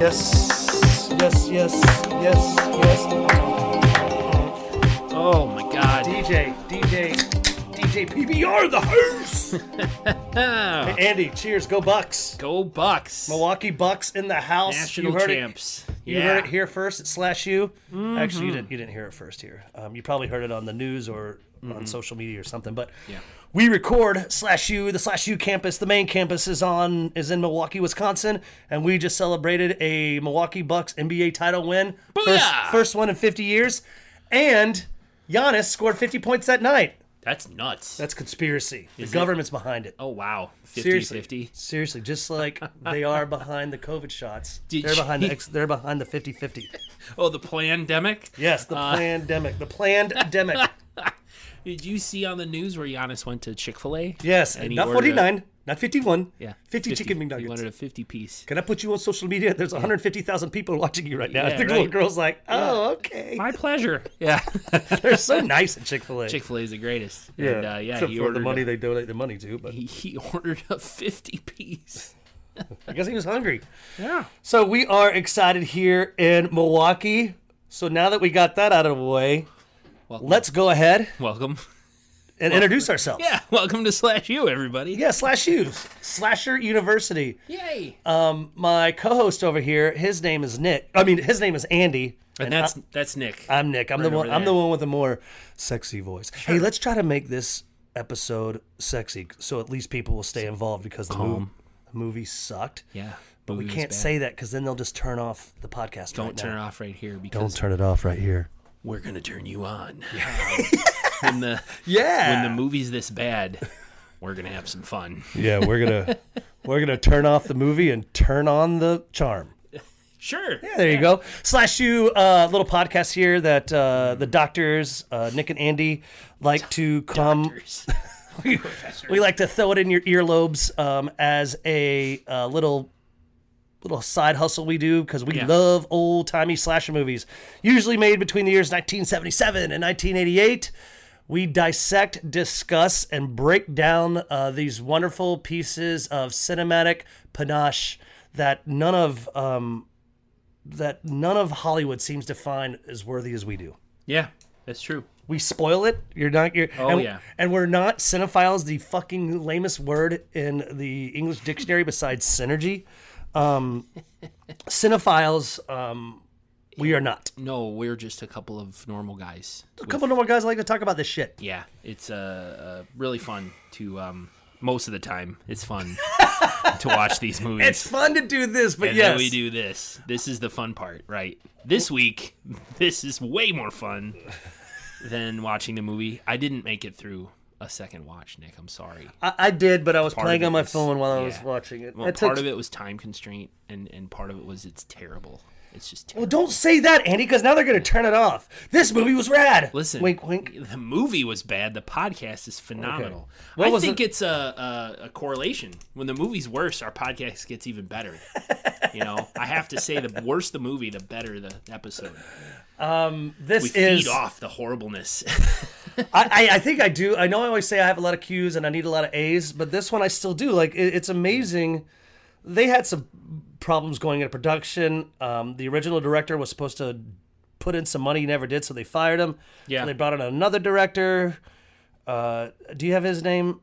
Yes. Yes, yes, yes, yes. Oh my god. DJ, DJ, DJ PBR, the house. Ah, Andy, cheers. Go Bucks. Go Bucks. Milwaukee Bucks in the house. National you heard champs. It, you yeah. Mm-hmm. heard it here first at Slash U. Actually, you didn't, you didn't hear it first here. Um, you probably heard it on the news or on social media or something. But Mm-hmm. Yeah. we record Slash U. The Slash U campus, the main campus, is on is in Milwaukee, Wisconsin, and we just celebrated a Milwaukee Bucks NBA title win. First, Booyah! first one in 50 years, and Giannis scored 50 points that night. That's nuts. That's conspiracy. The government's behind it. oh wow. 50 Seriously, 50. seriously, just like they are behind the COVID shots, Did they're behind the you- ex, they're behind the 50-50. Oh, the pandemic? Yes, the Uh, pandemic, the pandemic. Did you see on the news where Giannis went to Chick fil A? Yes, And he not ordered a- forty nine, not fifty one. Yeah. fifty, chicken He McNuggets. wanted a 50 piece. Can I put you on social media? There's one hundred fifty thousand people watching you right now. Yeah, the little right. girl's like, oh, okay. My pleasure. Yeah. They're so nice at Chick Fil A. Chick fil A is the greatest. yeah, And, uh, yeah, Except he for ordered the money a, they donate their money to, but he, he ordered a 50 piece. I guess he was hungry. Yeah. So we are excited here in Milwaukee. So now that we got that out of the way, Welcome. let's go ahead Welcome. and introduce ourselves. Yeah. Welcome to Slash You, everybody. Yeah, slash you, Slasher University. Yay. Um, my co-host over here, his name is Nick. I mean, his name is Andy. and that's that's Nick. I'm Nick. I'm the one. over I'm the there. one with the more sexy voice. Hey, let's try to make this episode sexy, so at least people will stay involved because the, mov- the movie sucked. yeah. but we movie was can't bad. say that because then they'll just turn off the podcast. Don't right turn now. it off right here Don't because turn it off right here. we're gonna turn you on. when the Yeah. when the movie's this bad, we're gonna have some fun. yeah, we're gonna we're gonna turn off the movie and turn on the charm. Sure. Yeah, there you go. Slash you uh, little podcast here that uh, the doctors uh, Nick and Andy like to come. We like to throw it in your earlobes um, as a uh, little little side hustle we do because we Yeah. love old timey slasher movies, usually made between the years 1977 and 1988. We dissect, discuss, and break down uh, these wonderful pieces of cinematic panache that none of um, that none of Hollywood seems to find as worthy as we do yeah, that's true. we spoil it. You're not. You're, Oh, and, yeah. And we're not cinephiles. The fucking lamest word in the English dictionary besides synergy. Um, cinephiles. Um, we are not. No, we're just a couple of normal guys. A couple normal guys like to talk about this shit. Yeah, it's uh, uh really fun to um most of the time. It's fun to watch these movies. It's fun to do this, but and yes, then we do this. This is the fun part, right? This week, this is way more fun than watching the movie. I didn't make it through a second watch, Nick. I'm sorry. I, I did, but I was playing of on it my is- phone while I was yeah. watching it. Well, It part took- of it was time constraint, and and part of it was it's terrible. It's just Well, terrible. don't say that, Andy, because now they're gonna turn it off. This movie was rad. Listen, wink, wink. The movie was bad. The podcast is phenomenal. What I was think it's a, a a correlation. When the movie's worse, our podcast gets even better. you know, I have to say, the worse the movie, the better the episode. This We is feed off the horribleness. I, I, I think I do. I know I always say I have a lot of Q's and I need a lot of A's, but this one I still do. Like it, it's amazing. They had some problems going into production. Um, the original director was supposed to put in some money, he never did, so they fired him. Yeah. they brought in another director. Uh, do you have his name?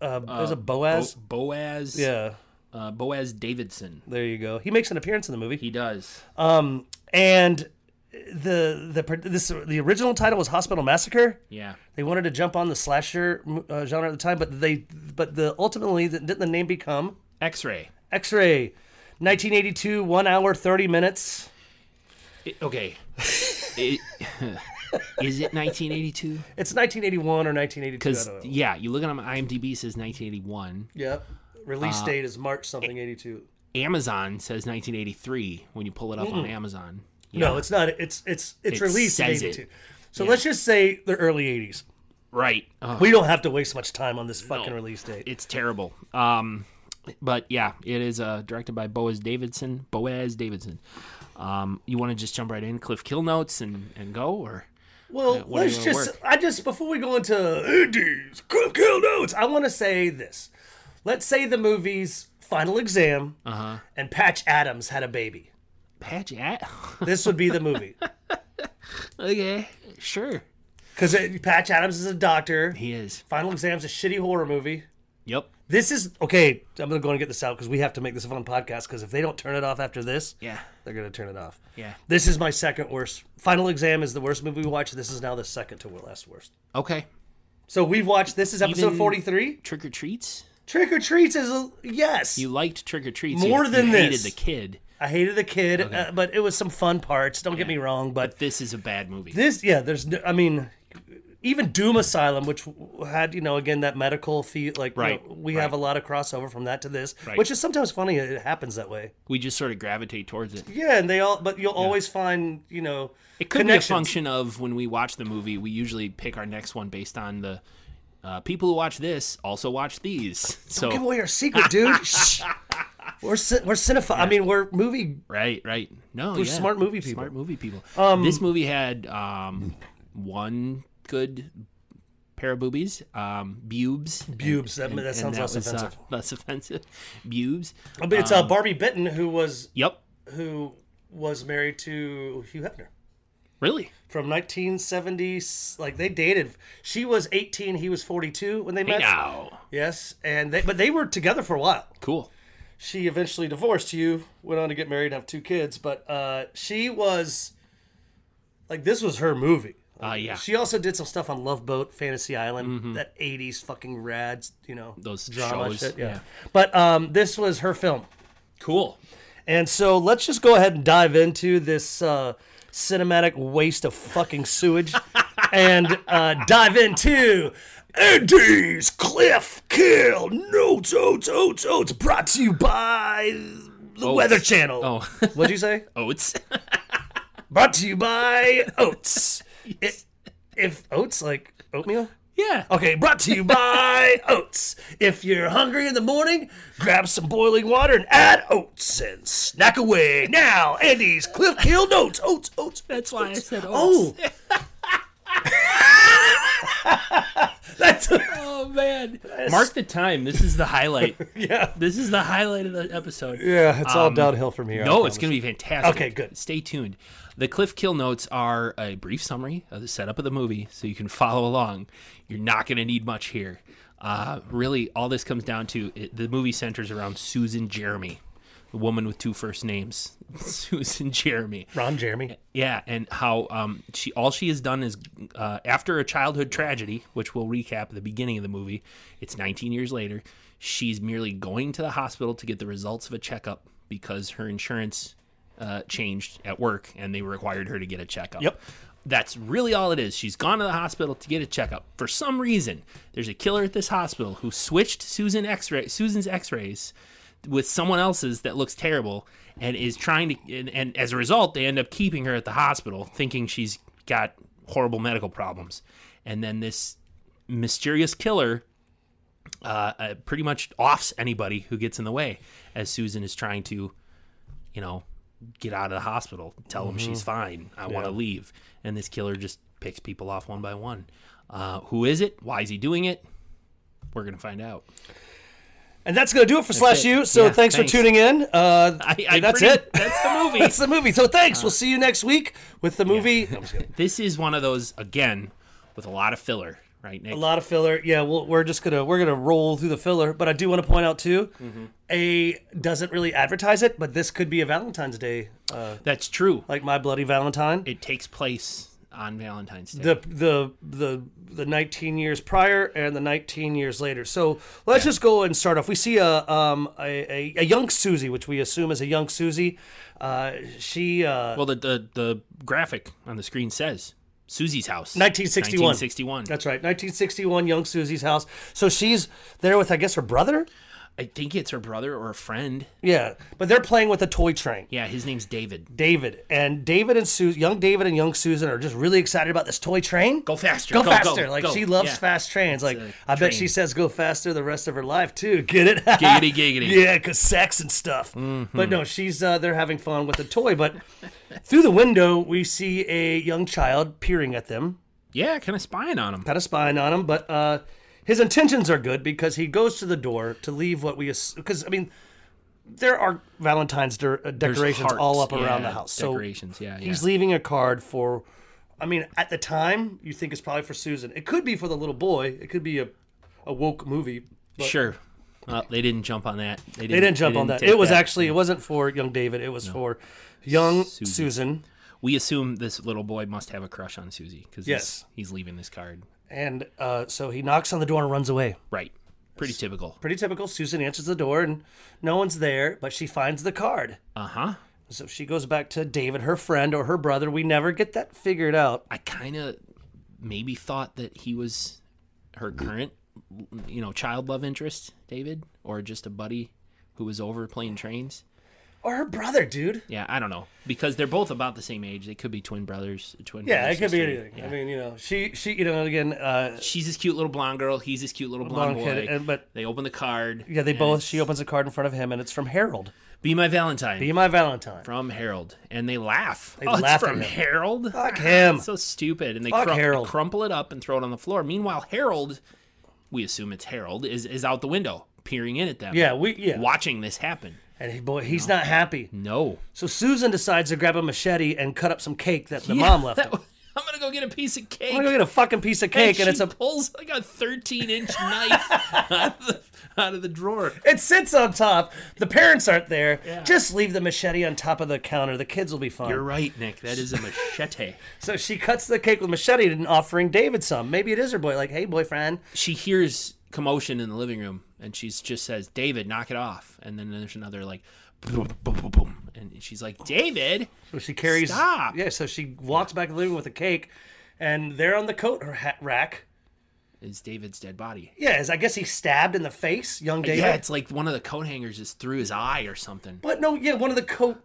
Uh, is it Boaz? Bo- Boaz. yeah, Uh, Boaz Davidson. there you go. He makes an appearance in the movie. He does. Um, and the the pro- this the original title was Hospital Massacre. Yeah. They wanted to jump on the slasher uh, genre at the time, but they but the ultimately the, didn't the name become X-ray. X-Ray, 1982, one hour thirty minutes. I- okay. It- Is it 1982? It's 1981 or 1982. I Because don't know. yeah, you look at on IMDb it says 1981. Yep. Release Uh, date is March something 82. Amazon says 1983 when you pull it up Hmm. on Amazon. No, it's not. It's it's it's It released in says it. 82. So let's just say the early 80s. Right. Ugh, We don't have to waste much time on this fucking release date. it's terrible. Um, but yeah, it is uh, directed by Boaz Davidson. Boaz Davidson. Um, you want to just jump right in, Cliff Kill notes and and go or Well, what are let's you gonna just. I just before we go into Andy's Quick Kill Notes, I want to say this. Uh-huh. Let's say the movie's final exam and Patch Adams had a baby. patch at? This would be the movie okay, sure. because Patch Adams is a doctor. He is. Final Exam's a shitty horror movie. Yep. This is okay. I'm gonna go and get this out because we have to make this a fun podcast. Because if they don't turn it off after this, Yeah. they're gonna turn it off. Yeah. This is my second worst. Final Exam is the worst movie we watched. This is now the second to last worst. Okay. So we've watched. This is episode Even- 43. Trick or treats? Trick or Treats is a, yes. You liked Trick or Treats More you, than you this. Hated the kid. I hated the kid, uh, but it was some fun parts. Don't get me wrong, but This is a bad movie. this yeah, there's no, I mean. Even Doom Asylum, which had you know again that medical feel, like you know, Right, we have a lot of crossover from that to this, Right. which is sometimes funny. It happens that way. we just sort of gravitate towards it. Yeah, and they all, but you'll always find, you know, It could be a connections. function of when we watch the movie, we usually pick our next one based on the uh, people who watch this also watch these. Give So away our secret, dude. Shh. We're ci- we're cinephile. I mean, we're movie. right, right. No, We're yeah. smart movie people. Smart movie people. this movie had um, one good pair of boobies, um, bubes. Bubes. That, that and sounds less was, uh, um, offensive. less offensive. Bubes. I mean, it's uh, Barbie Benton who was Yep. who was married to Hugh Hefner Really? from 1970. Like they dated. She was 18. He was 42 when they met. Now. Yes, and they but they were together for a while. Cool. she eventually divorced you, went on to get married and have two kids, but uh, she was like this was her movie. Uh, yeah. Mm-hmm. She also did some stuff on Love Boat, Fantasy Island, that '80s fucking rad, you know, Those drama shows, shit. Yeah. yeah. But um, this was her film, Cool. and so let's just go ahead and dive into this uh, cinematic waste of fucking sewage, and uh, dive into. Andy's Cliff Kill Notes Oats Oats Oats brought to you by the Weather Channel. Oh. What'd you say? Oats. Brought to you by Oats. I- if Oats, like oatmeal? yeah. Okay, brought to you by Oats. If you're hungry in the morning, grab some boiling water and add oats and snack away. Now, Andy's Cliff Kill Oats. Oats, oats. That's why I said Oh. oats. That's Oh man! Mark the time. This is the highlight. yeah. This is the highlight of the episode. Yeah, it's all downhill from here. No, it's going to be fantastic. Okay, good. Stay tuned. The Cliff Kill notes are a brief summary of the setup of the movie, so you can follow along. You're not going to need much here. Uh, really, all this comes down to it, the movie centers around Susan Jeremy, the woman with two first names, Susan Jeremy. Ron Jeremy. Yeah, and how um, she all she has done is uh, after a childhood tragedy, which we'll recap at the beginning of the movie. It's 19 years later. She's merely going to the hospital to get the results of a checkup because her insurance uh, changed at work and they required her to get a checkup. Yep. That's really all it is. She's gone to the hospital to get a checkup. For some reason, there's a killer at this hospital who switched Susan X-ray Susan's X-rays with someone else's that looks terrible and is trying to and, and as a result they end up keeping her at the hospital thinking she's got horrible medical problems. And then this mysterious killer uh, uh, pretty much offs anybody who gets in the way as Susan is trying to, you know, get out of the hospital. Tell them she's Mm-hmm. fine. I want to leave. And this killer just picks people off one by one. Uh, who is it? Why is he doing it? We're going to find out. And that's going to do it for Slash it. U. So Yeah, thanks, thanks. for tuning in. Uh, I, I that's pretty- it. That's the movie. That's the movie. So thanks. we'll see you next week with the movie. No, I'm just kidding. this is one of those, again, with a lot of filler, right, Nick? a lot of filler. Yeah, we'll, we're just gonna we're gonna roll through the filler. But I do want to point out too, a doesn't really advertise it, but this could be a Valentine's Day, uh, That's true. like My Bloody Valentine. It takes place on Valentine's Day. the the the the 19 years prior and the 19 years later. So let's just go and start off. We see a um a, a, a young Susie, which we assume is a young Susie. Uh, she uh, Well, the, the the graphic on the screen says Susie's house, 1961. 1961. that's right, 1961, young Susie's house. So she's there with I guess her brother. I think it's her brother or a friend. Yeah, but they're playing with a toy train. Yeah, his name's David. David and David and Su- young David and young Susan are just really excited about this toy train. Go faster. go, go faster! go, like go. she loves Yeah. fast trains. Like I bet train. she says go faster the rest of her life too. Get it? Giggity, giggity. Mm-hmm. Yeah, cause sex and stuff. But no, she's uh, they're having fun with a toy. But through the window, we see a young child peering at them, Yeah, kind of spying on him. kind of spying on them. But uh, his intentions are good because he goes to the door to leave what we because I mean. there are Valentine's de- uh, There's decorations hearts, all up around yeah, the house. So Decorations, yeah, yeah. he's leaving a card for. I mean, at the time, you think it's probably for Susan. It could be for the little boy. It could be a, a woke movie. But sure. Well, they didn't jump on that. They didn't, they didn't jump on that. take It was actually it wasn't for young David. It was for young Susan. We assume this little boy must have a crush on Susie because Yes. he's, he's leaving this card. And uh, so he knocks on the door and runs away. Right. Pretty typical. Pretty typical. Susan answers the door and no one's there, but she finds the card. Uh huh. So she goes back to David, her friend or her brother. We never get that figured out. I kind of maybe thought that he was her current, you know, child love interest, David, or just a buddy who was over playing trains. Or her brother, dude. Yeah, I don't know because they're both about the same age. They could be twin brothers, twin. Yeah, brother, it could be sister. anything. I mean, you know, she she you know again uh, She's this cute little blonde girl. He's this cute little blonde, blonde boy. kid, and, but they open the card. yeah, they and both. it's, She opens a card in front of him, and it's from Harold. be my Valentine Be my Valentine. from Harold, and they laugh. They laugh at it's him. from Harold. Fuck him. so stupid, and they Fuck crum- Harold. crumple it up and throw it on the floor. Meanwhile, Harold, we assume it's Harold, is is out the window peering in at them. Yeah, we yeah. watching this happen. And he, boy, he's not happy. No, So Susan decides to grab a machete and cut up some cake that the Yeah, mom left. that him. was- I'm gonna go get a piece of cake. I'm gonna go get a fucking piece of cake, and, she it's a pulls like a 13 inch knife out, of the, out of the drawer. it sits on top. The parents aren't there. Yeah. Just leave the machete on top of the counter. The kids will be fine. You're right, Nick. That is a machete. So she cuts the cake with machete and offering David some. Maybe it is her boy. Like, hey, boyfriend. she hears commotion in the living room and she's just says david knock it off and then there's another like boom boom boom, boom. and she's like david So she carries. Stop. Yeah. So she walks back to the living room with a cake, and there on the coat her hat rack. is david's dead body Yeah, is I guess he's stabbed in the face, young David. yeah it's like one of the coat hangers is through his eye or something But no, yeah, one of the coat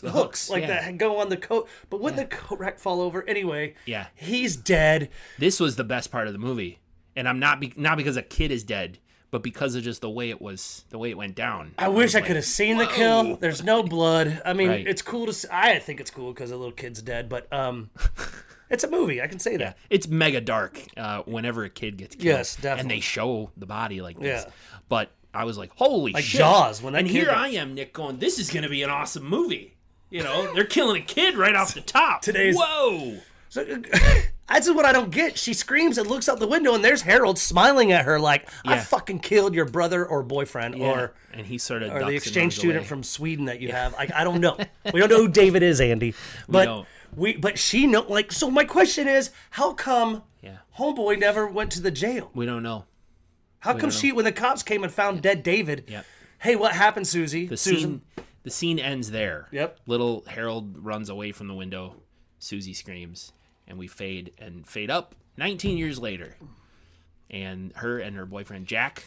poles, the hooks, like yeah. that go on the coat. But wouldn't the coat rack fall over anyway? Yeah. he's dead. this was the best part of the movie and i'm not be- not because a kid is dead but because of just the way it was the way it went down I wish I could have seen the kill. There's no blood. I mean, Right. it's cool to. s I I think it's cool because the little kid's dead. But um, it's a movie. I can say that. it's mega dark uh, whenever a kid gets killed. Yes, And definitely. they show the body like this. Yeah. But I was like, holy shit. Jaws, when that and kid here got- I am, Nick, going, this is going to be an awesome movie. You know, they're killing a kid right off the top. Today's- Whoa. So, that's what I don't get. She screams and looks out the window, and there's Harold smiling at her like, "I Yeah. fucking killed your brother or boyfriend or." and he sort of Or ducks the and exchange runs student away. from Sweden that you have. I, I don't know. We don't know who David is, Andy. But don't. we, but she know like so my question is, how come Yeah. homeboy never went to the jail? We don't know. How come she when the cops came and found dead David? Yep. Hey, what happened, Susie? The Susan. scene the scene ends there. Yep. Little Harold runs away from the window. Susie screams and we fade and fade up 19 years later. And her and her boyfriend Jack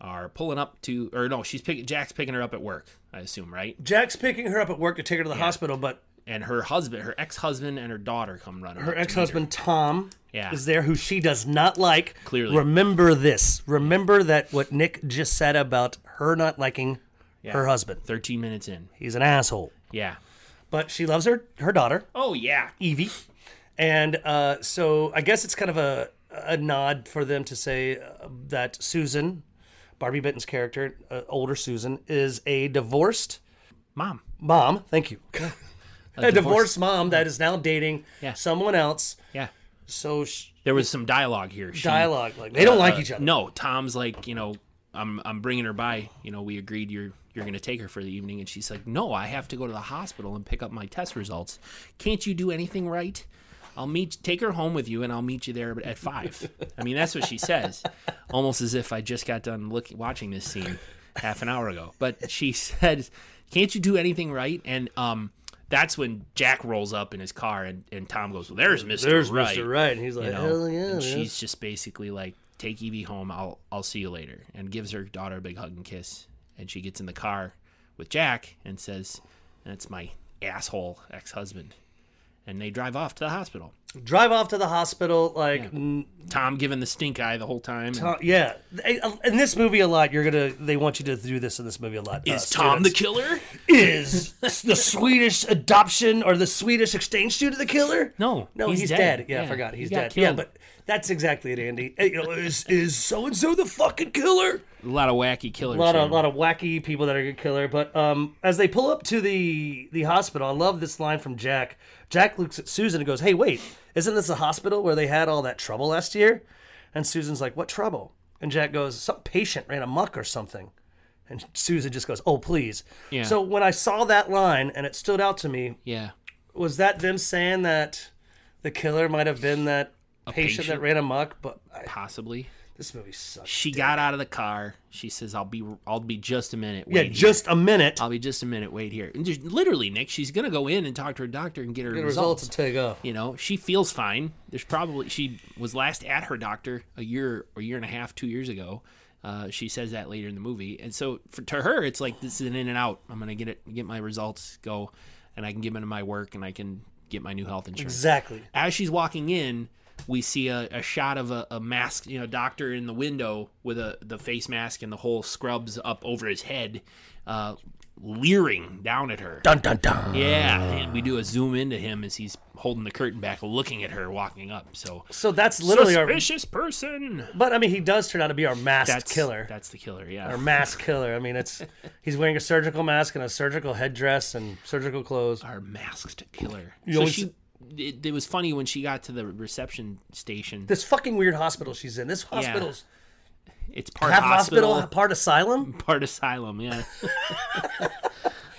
are pulling up to or no, she's picking Jack's picking her up at work, I assume, right? Jack's picking her up at work to take her to the hospital, but And her husband, her ex-husband and her daughter come running. her ex-husband Tom Yeah. is there, who she does not like. Clearly. remember this. Remember that what Nick just said about her not liking her husband. 13 minutes in. He's an asshole, Yeah. but she loves her her daughter. Oh yeah. Evie. And uh, so I guess it's kind of a, a nod for them to say uh, that Susan, Barbie Benton's character, uh, older Susan, is a divorced Mom. mom. Thank you. A, A divorced mom that is now dating Yeah. someone else. Yeah. So sh- There was some dialogue here. She, dialogue like they don't like Uh, each other. No, Tom's like, you know, I'm I'm bringing her by. You know, we agreed you're you're going to take her for the evening, and she's like, no, I have to go to the hospital and pick up my test results. Can't you do anything right? I'll meet, take her home with you, and I'll meet you there at five. I mean, that's what she says, almost as if I just got done look, watching this scene half an hour ago. But she said, "Can't you do anything right?" And um, that's when Jack rolls up in his car, and, and Tom goes, "Well, there's Mister There's Right." Mr. Right, and he's like, you know, hell yeah, man. and she's just basically like, "Take Evie home. I'll I'll see you later," and gives her daughter a big hug and kiss. And she gets in the car with Jack and says, "That's my asshole ex-husband," and they drive off to the hospital. Drive off to the hospital, like n- Tom giving the stink eye the whole time. and- uh, yeah. They- uh, In this movie, a lot you're gonna they want you to do this in this movie a lot. is Uh, Tom the students. killer? is the Swedish adoption or the Swedish exchange student the killer? No, no, he's, he's dead. dead. Yeah, I Yeah, forgot he he's got dead. Yeah, killed. but that's exactly it, Andy. Hey, you know, is is so and so the fucking killer? A lot of wacky killers. A lot of here. lot of wacky people that are good killer. But um, as they pull up to the the hospital, I love this line from Jack. Jack looks at Susan and goes, "Hey, wait, isn't this the hospital where they had all that trouble last year?" And Susan's like, "What trouble?" And Jack goes, "Some patient ran amok or something." And Susan just goes, "Oh, please." Yeah. So when I saw that line and it stood out to me, yeah. was that them saying that the killer might have been that patient, that patient? ran amok? But I, Possibly. this movie sucks. She got out of the car. She says, "I'll be, I'll be just a minute. Yeah, Wait Uh, here. just a minute. I'll be just a minute. Wait here." And just, literally, Nick, she's gonna go in and talk to her doctor and get her The results. results will take off. You know, she feels fine. There's probably she was last at her doctor a year or year and a half, two years ago. Uh, she says that later in the movie, and so for, to her, it's like this is an in and out. I'm gonna get it, get my results, go, and I can get into my work, and I can get my new health insurance. Exactly. as she's walking in, we see a, a shot of a, a mask, you know, doctor in the window with a the face mask and the whole scrubs up over his head, uh, leering down at her. Dun dun dun. Yeah, Uh. and we do a zoom into him as he's holding the curtain back, looking at her walking up. So So that's literally suspicious person. our. But I mean, he does turn out to be our masked That's killer. That's the killer. Yeah. Our masked killer. I mean, it's he's wearing a surgical mask and a surgical headdress and surgical clothes. our masked killer. You so always- she, it, it was funny when she got to the reception station. This fucking weird hospital she's in. This hospital's It's part half hospital, hospital, part asylum. part asylum. Yeah.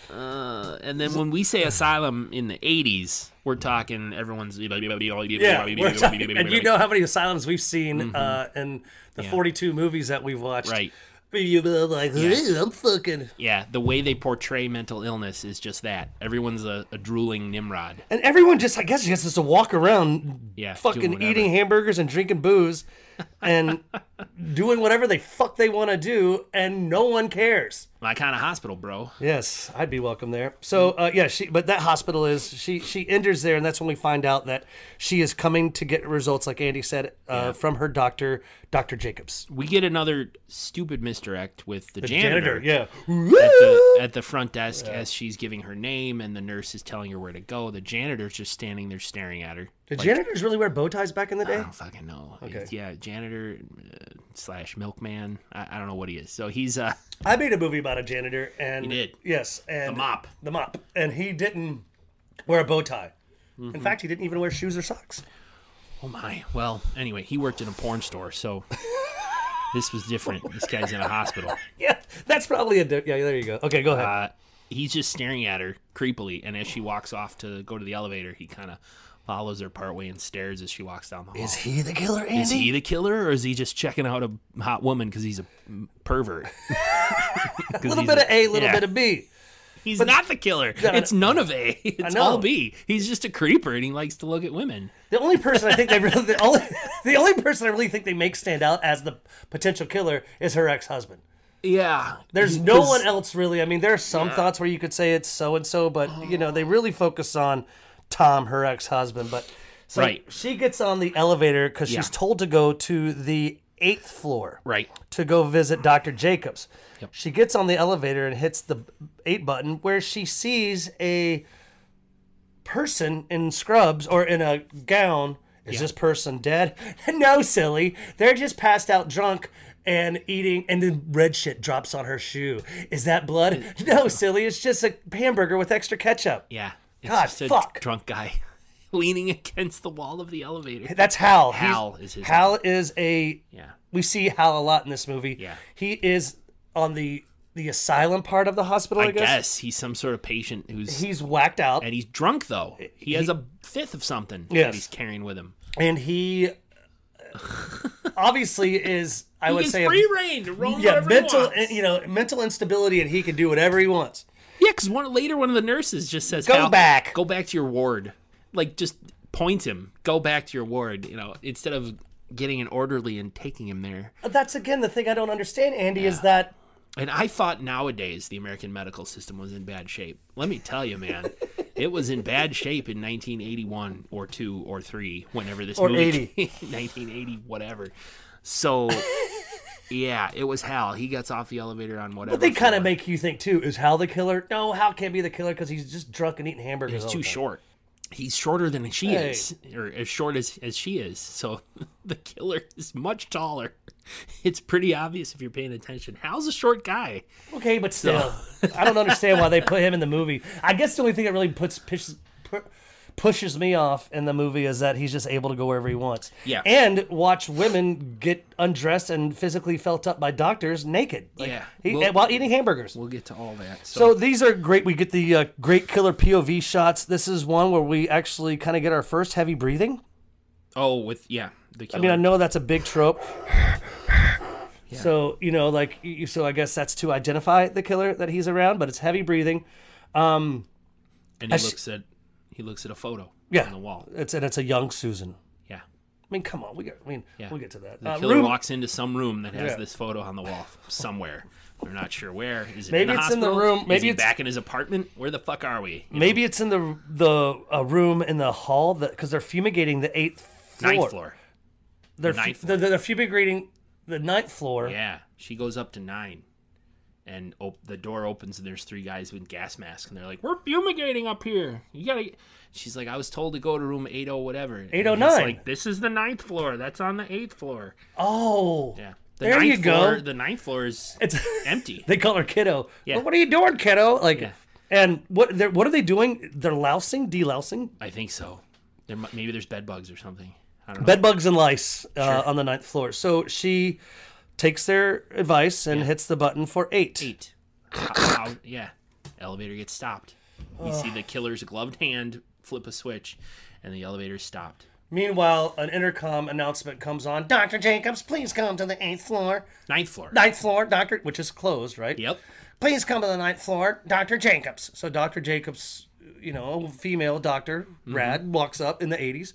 Uh, and then when we say asylum in the 80s, we're talking everyone's. Yeah, we're talking- and you know how many asylums we've seen uh, in the 42 movies that we've watched. Mm-hmm. Right. You'd be like, "Hey, I'm fucking. Yeah, the way they portray mental illness is just that. Everyone's a, a drooling Nimrod. And everyone just, I guess, just has to walk around, Yeah, doing fucking whatever. eating hamburgers and drinking booze, and doing whatever they fuck they want to do, and no one cares. My kind of hospital, bro. Yes, I'd be welcome there. So, uh, yeah, she. But that hospital is she. She enters there, and that's when we find out that she is coming to get results, like Andy said, uh, from her doctor, Doctor Jacobs, We get another stupid misdirect with the, janitor. janitor, Yeah, at, the, at the front desk as she's giving her name and the nurse is telling her where to go. The janitor's just standing there staring at her. did janitors really wear bow ties back in the day? I don't fucking know. It's- Yeah, janitor uh, slash milkman. I, I don't know what he is. So he's uh, I made a movie about a janitor, and You did. yes, and The mop. the mop, and he didn't wear a bow tie. Mm-hmm. In fact, he didn't even wear shoes or socks. oh my. Well, anyway, he worked in a porn store, so this was different. This guy's in a hospital. Yeah, that's probably a di- yeah. There you go. Okay, go ahead. uh, he's just staring at her creepily. And as she walks off to go to the elevator, he kind of follows her partway and stares as she walks down the hall. is he the killer, Andy? Is he the killer, or is he just checking out a hot woman because he's a pervert? a little bit of A, a little bit of B. He's not the killer. it's none of A. It's know. all B. He's just a creeper, and he likes to look at women. The only person I think they really, the only, the only person I really think they make stand out as the potential killer is her ex-husband. Yeah. There's no one else really. I mean, there are some thoughts where you could say it's so and so, but you know, they really focus on Tom, her ex-husband. But so Right. she gets on the elevator because she's told to go to the eighth floor Right. to go visit Dr. Jacobs. She gets on the elevator and hits the eight button where she sees a person in scrubs or in a gown. Is this person dead? no, silly. They're just passed out drunk and eating, and then red shit drops on her shoe. Is that blood? No, silly. It's just a hamburger with extra ketchup. Yeah. It's God, just a fuck. drunk guy leaning against the wall of the elevator. That's Hal. He's- Hal is his Hal is a Yeah. we see Hal a lot in this movie. Yeah. He is on the the asylum part of the hospital, I, I guess he's some sort of patient who's He's whacked out and he's drunk though. He has a fifth of something Yes. that he's carrying with him. and he obviously is I would He say gets a- free reign to roam yeah, wherever he mental wants. you know, mental instability and he can do whatever he wants. Yeah, because one later one of the nurses just says, Go "Hal, back." go back to your ward." Like just point him, go back to your ward. You know, instead of getting an orderly and taking him there. But that's again the thing I don't understand, Andy, is that And I thought nowadays the American medical system was in bad shape. Let me tell you, man. It was in bad shape in 1981 or two or three, whenever this Or movie 80. came- 1980, whatever. So, yeah, it was Hal. He gets off the elevator on whatever. But they kind floor. of make you think too. Is Hal the killer? No, Hal can't be the killer because he's just drunk and eating hamburgers. He's all too the time. short. He's shorter than she Hey. is, or as short as, as she is. So the killer is much taller. It's pretty obvious if you're paying attention. Hal's a short guy. Okay, but still, I don't understand why they put him in the movie. I guess the only thing that really puts pushes, pu- pushes me off in the movie is that he's just able to go wherever he wants. Yeah. and watch women get undressed and physically felt up by doctors naked. Like, Yeah. he, Well- while eating hamburgers. We'll get to all that. so these are great. We get the uh, great killer POV shots. This is one where we actually kind of get our first heavy breathing. Oh, with yeah, the killer. I mean, I know that's a big trope. So you know, like, you, so I guess that's to identify the killer that he's around, but it's heavy breathing. and he looks at he looks at a photo Yeah, on the wall. It's and it's a young Susan. Yeah, I mean, come on, we got. I mean, we'll get to that. the Uh, killer room- walks into some room that has Yeah. this photo on the wall somewhere. We're not sure where. Is it Maybe in the it's in the hospital? room. Is Maybe he it's- back in his apartment. Where the fuck are we? maybe it's in the the uh, room in the hall that because they're fumigating the eighth floor. Ninth floor. They're the ninth fu- They're, they're fumigating the ninth floor. Yeah, she goes up to nine, and op- the door opens and there's three guys with gas masks and they're like, "We're fumigating up here. You gotta." She's like, "I was told to go to room 80 whatever." And he's 809. Like this is the ninth floor. That's on the eighth floor. Oh, Yeah. The There you ninth floor, go. The ninth floor is it's empty. they call her kiddo. Yeah. Well, what are you doing, kiddo? Like, Yeah. and what they're what are they doing? They're lousing, delousing. I think so. There mu- maybe there's bed bugs or something. I don't know. bed bugs and lice uh, on the ninth floor. So she takes their advice and hits the button for eight. Eight. How- how- yeah. Elevator gets stopped. You see the killer's gloved hand flip a switch, and the elevator's stopped. Meanwhile, an intercom announcement comes on. Doctor Jacobs, please come to the eighth floor. Ninth floor. Ninth floor, doctor, which is closed, right? Yep. Please come to the ninth floor, Doctor Jacobs. So Doctor Jacobs, you know, female doctor, Mm-hmm. rad, walks up in the eighties,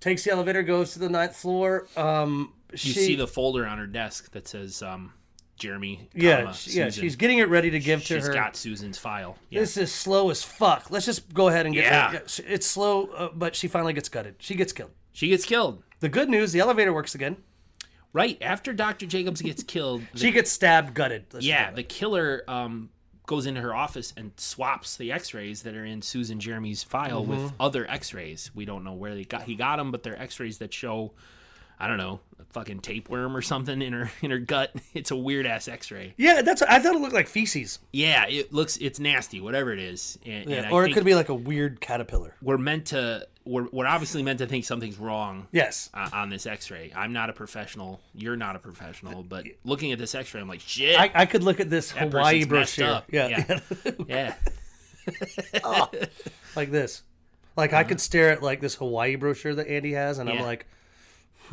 takes the elevator, goes to the ninth floor. Um, You see the folder on her desk that says um, Jeremy. yeah, comma, she- yeah. Susan. She's getting it ready to give to She's her. got Susan's file. Yeah. This is slow as fuck. Let's just go ahead and get. Yeah. It's slow, uh, but she finally gets gutted. She gets killed. She gets killed. The good news: the elevator works again. Right after Dr. Jacobs gets killed, the She gets stabbed, gutted. Let's Yeah, just the killer um, goes into her office and swaps the X-rays that are in Susan Jeremy's file with Mm-hmm. other X-rays. We don't know where they got he got them, but they're X-rays that show, I don't know, a fucking tapeworm or something in her in her gut. It's a weird ass X-ray. yeah, that's. I thought it looked like feces, Yeah, it looks it's nasty, whatever it is. And, and I or it think could be like a weird caterpillar. We're meant to. We're we're obviously meant to think something's wrong. Yes. Uh, on this X-ray, I'm not a professional. You're not a professional, but looking at this X-ray, I'm like, shit. I, I could look at this Hawaii person's messed brochure. up. Yeah, Yeah. yeah. like this. Like I could stare at like this Hawaii brochure that Andy has, and I'm Uh-huh.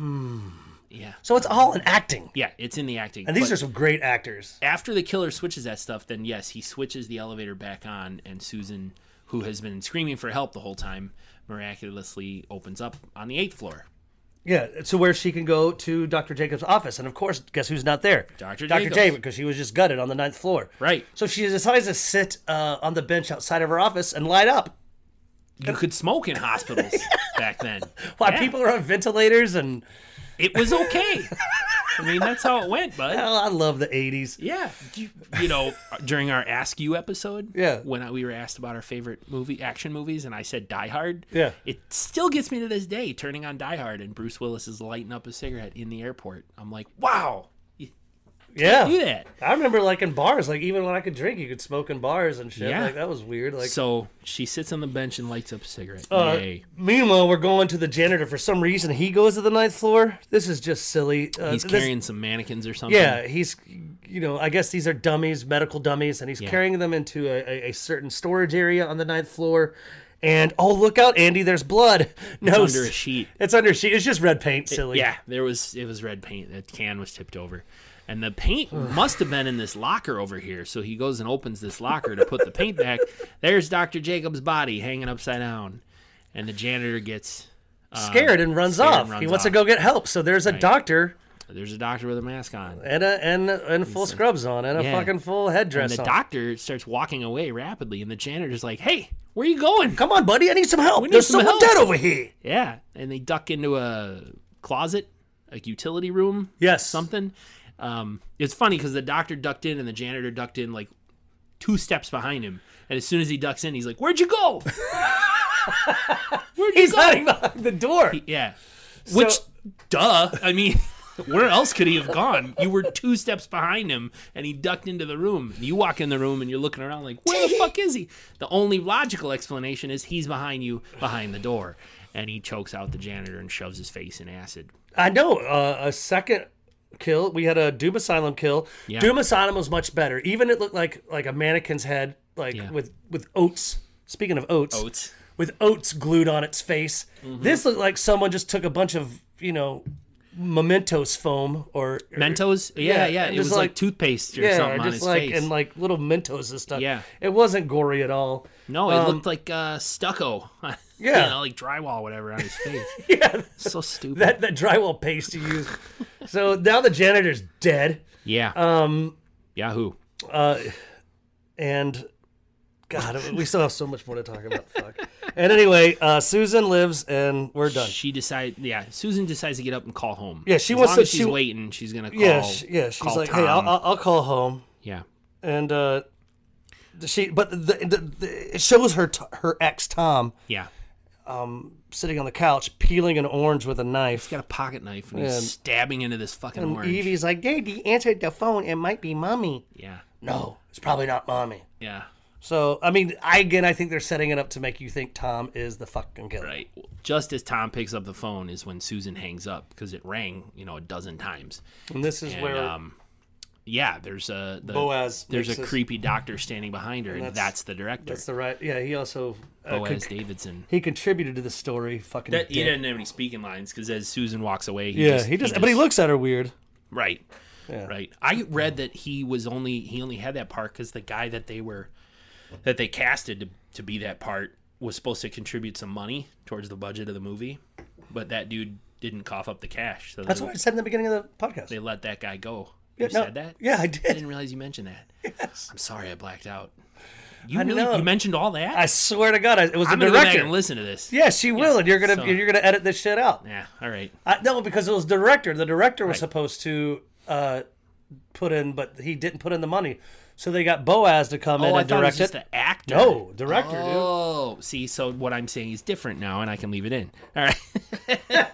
Yeah. like, Yeah. so it's all in acting. Yeah, it's in the acting. And these are some great actors. after the killer switches that stuff, then yes, he switches the elevator back on, and Susan, who has been screaming for help the whole time, miraculously opens up on the eighth floor. Yeah, to where she can go to Dr. Jacobs' office. And of course, guess who's not there? Dr. Dr. Jacobs. Jacobs, because she was just gutted on the ninth floor. Right. So she decides to sit uh, on the bench outside of her office and light up You could smoke in hospitals back then. while Yeah, people are on ventilators. And It was okay. I mean, that's how it went, bud. oh, I love the 80s. Yeah, you, you know, uh, during our Ask You episode, Yeah. when I, we were asked about our favorite movie, action movies, and I said Die Hard. Yeah. it still gets me to this day. Turning on Die Hard and Bruce Willis is lighting up a cigarette in the airport. I'm like, wow, do Yeah. that. I remember like in bars, like even when I could drink, you could smoke in bars and shit. Yeah. Like that was weird. Like, So she sits on the bench and lights up a cigarette. uh, Yay. meanwhile, we're going to the janitor. For some reason, he goes to the ninth floor. This is just silly. Uh, He's this- carrying some mannequins or something. Yeah, he's, you know, I guess these are dummies, medical dummies, and he's carrying them into a, a, a certain storage area on the ninth floor. And oh, look out, Andy! There's blood. No, under a sheet. It's under a sheet. It's just red paint. Silly. Yeah, there was it was red paint. That can was tipped over. And the paint must have been in this locker over here. So he goes and opens this locker to put the paint back. There's Dr. Jacob's body hanging upside down. And the janitor gets Scared and runs uh, scared and off. he runs wants to off. go get help. So there's a doctor there's a doctor with a mask on. and a and and full scrubs on and a Yeah. fucking full And headdress the on. doctor starts walking away rapidly and the janitor's like, "Hey, Where are you going? Come on, buddy. I need some help. We need There's some someone help. dead over here. Yeah. And they duck into a closet, a utility room, Yes. something. Um, it's funny because the doctor ducked in and the janitor ducked in like two steps behind him. And as soon as he ducks in, he's like, Where'd you go? Where'd you He's go? hiding behind the door. Yeah. Which, duh. I mean, where else could he have gone? You were two steps behind him, and he ducked into the room. You walk in the room, and you're looking around like, where the fuck is he? The only logical explanation is he's behind you, behind the door, and he chokes out the janitor and shoves his face in acid. I know. Uh, a second kill. We had a Doom Asylum kill. Doom Asylum was much better. Even it looked like like a mannequin's head, like with with oats. Speaking of oats, Oats. Mm-hmm. with oats glued on its face. This looked like someone just took a bunch of you know mementos foam or, or Mentos? Yeah, Yeah, yeah. It and was just like, like- toothpaste or yeah, something on just his like face. and like little mentos and stuff. Yeah. it wasn't gory at all. no, it looked like uh, stucco. Um, Yeah. you know, like drywall, or whatever, on his face. Yeah, so stupid. that that drywall paste you used. so now the janitor's dead. uh, yeah. Um. Yahoo. and God, we still have so much more to talk about. Fuck. And anyway, uh, Susan lives, and we're done. She decides, yeah. Susan decides to get up and call home. Yeah, she as wants long to- as she's she- waiting. She's gonna call. yeah, she, yeah. She's call like, hey, I'll, Tom." I'll, I'll call home, yeah, and uh, she. But the, the, the, it shows her t- her ex Tom yeah. sitting on the couch peeling an orange with a knife. Got a pocket knife and he's stabbing into this fucking orange. Evie's like, Daddy answered the phone. It might be mommy. Yeah, No, it's probably not mommy. yeah. So, I mean, I again, I think they're setting it up to make you think Tom is the fucking killer. Right. Just as Tom picks up the phone is when Susan hangs up because it rang, you know, a dozen times. And this is And where um, yeah, there's a the, Boaz There's a makes this- creepy doctor standing behind her, and that's, that's- the director, that's the right. Yeah, he also uh, Boaz could- Davidson. He contributed to the story. Fucking That, he dick. doesn't have any speaking lines because as Susan walks away, he yeah, just, he, just, But he looks at her weird. Right. Right. I read that he was only he only had that part because the guy that they were that they casted to, to be that part was supposed to contribute some money towards the budget of the movie, but that dude didn't cough up the cash, so That's they, what I said in the beginning of the podcast. they let that guy go. Yeah, You no, said that? Yeah, I I did. didn't realize you mentioned that. I'm sorry, I blacked out. You really know. you mentioned all that? I swear to God, I, it was I'm the gonna go back and director. listen to this. Yeah, she will, and you're gonna so- you're gonna edit this shit out. Yeah. All right. I, no, because it was the director. The director was supposed to uh, put in, but he didn't put in the money, so they got Boaz to come in Oh, I and thought it was direct just it. the actor. No, director, dude. Oh, see, so what I'm saying is different now, and I can leave it in. All right.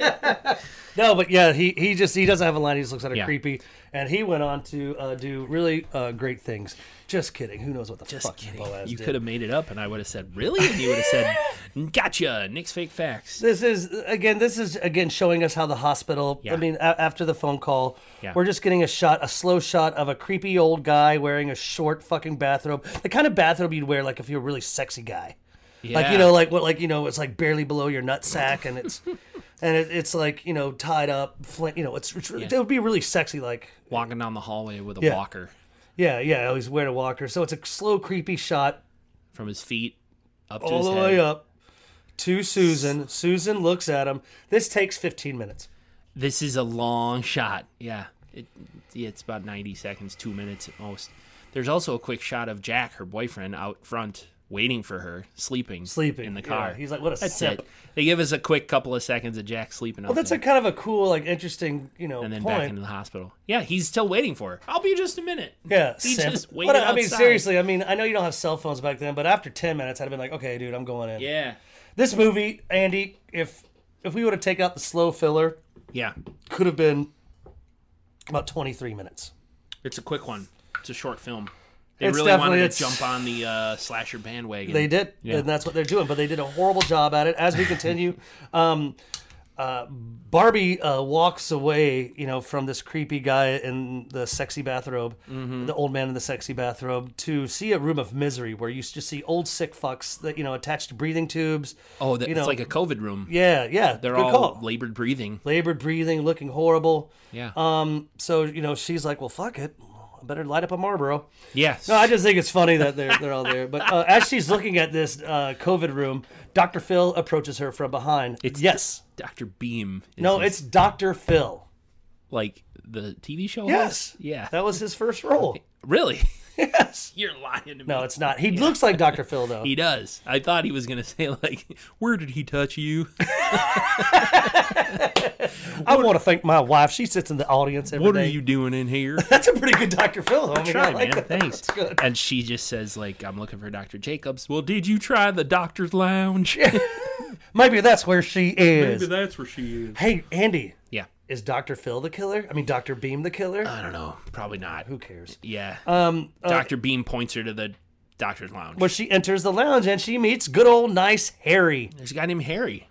No, but yeah, he, he just he doesn't have a line. He just looks at her Yeah. creepy, and he went on to uh, do really uh, great things. Just kidding. Who knows what the fuck Boaz you did? could have made it up, and I would have said, "Really?" And you would have said, "Gotcha, Nick's fake facts." this is again this is again showing us how the hospital Yeah. i mean a- after the phone call Yeah. we're just getting a shot a slow shot of a creepy old guy wearing a short fucking bathrobe the kind of bathrobe you'd wear like if you're a really sexy guy like Yeah. you know like what like you know it's like barely below your nut sack and it's and it, it's like you know tied up fl- you know it's, it's really- it would be really sexy like Walking down the hallway with a Yeah. walker yeah yeah he's wearing a walker so it's a slow creepy shot from his feet up to all his the head. way up to susan susan looks at him this takes 15 minutes This is a long shot. Yeah, it, yeah, it's about ninety seconds, two minutes at most. There's also a quick shot of Jack, her boyfriend, out front waiting for her, sleeping, Sleeping, in the yeah. car. He's like, what a That's sip. it. They give us a quick couple of seconds of Jack sleeping. Well, that's a kind of a cool, like, interesting, you know, and then point. back into the hospital. Yeah, he's still waiting for her. I'll be just a minute. yeah, he simp. just But, uh, waited I mean, outside. seriously, I mean, I know you don't have cell phones back then, but after ten minutes, I'd have been like, okay, dude, I'm going in. Yeah. This movie, Andy, if if we would have taken out the slow filler, Yeah. could have been about 23 minutes. It's a quick one. It's a short film. They It's really definitely- wanted to it's- jump on the uh, slasher bandwagon. They did, and that's what they're doing. But they did a horrible job at it. As we continue, um, uh, Barbie uh, walks away, you know, from this creepy guy in the sexy bathrobe, Mm-hmm. the old man in the sexy bathrobe, to see a room of misery where you just see old sick fucks that you know attached to breathing tubes. Oh, that, you it's know, like a COVID room. yeah, yeah, They're good all call. labored breathing. labored breathing, looking horrible. Yeah. Um, so you know, she's like, "Well, fuck it, I better light up a Marlboro." yes. No, I just think it's funny that they're they're all there. But uh, as she's looking at this uh, COVID room, Doctor Phil approaches her from behind. yes. Dr. Beam. Is no, his- it's Doctor Phil. like the TV show. host? Yes. Yeah. That was his first role. Really? Yes. You're lying to me. No, it's not. He looks like Dr. Phil, though. He does. I thought he was gonna say like, "Where did he touch you? I want to thank my wife. She sits in the audience every day. What are you doing in here?" That's a pretty good Dr. Phil, homie. Try, I like man. that. Thanks. That's good. And she just says like, "I'm looking for Dr. Jacobs." Well, did you try the doctor's lounge? Maybe that's where she is. that's where she is. Hey, Andy, Yeah. is Dr. Phil the killer? I mean, Dr. Beam the killer? I don't know. Probably not. Who cares? Yeah. Um, uh, Dr. Beam points her to the doctor's lounge. well, she enters the lounge and she meets good old nice Harry. There's a guy named Harry.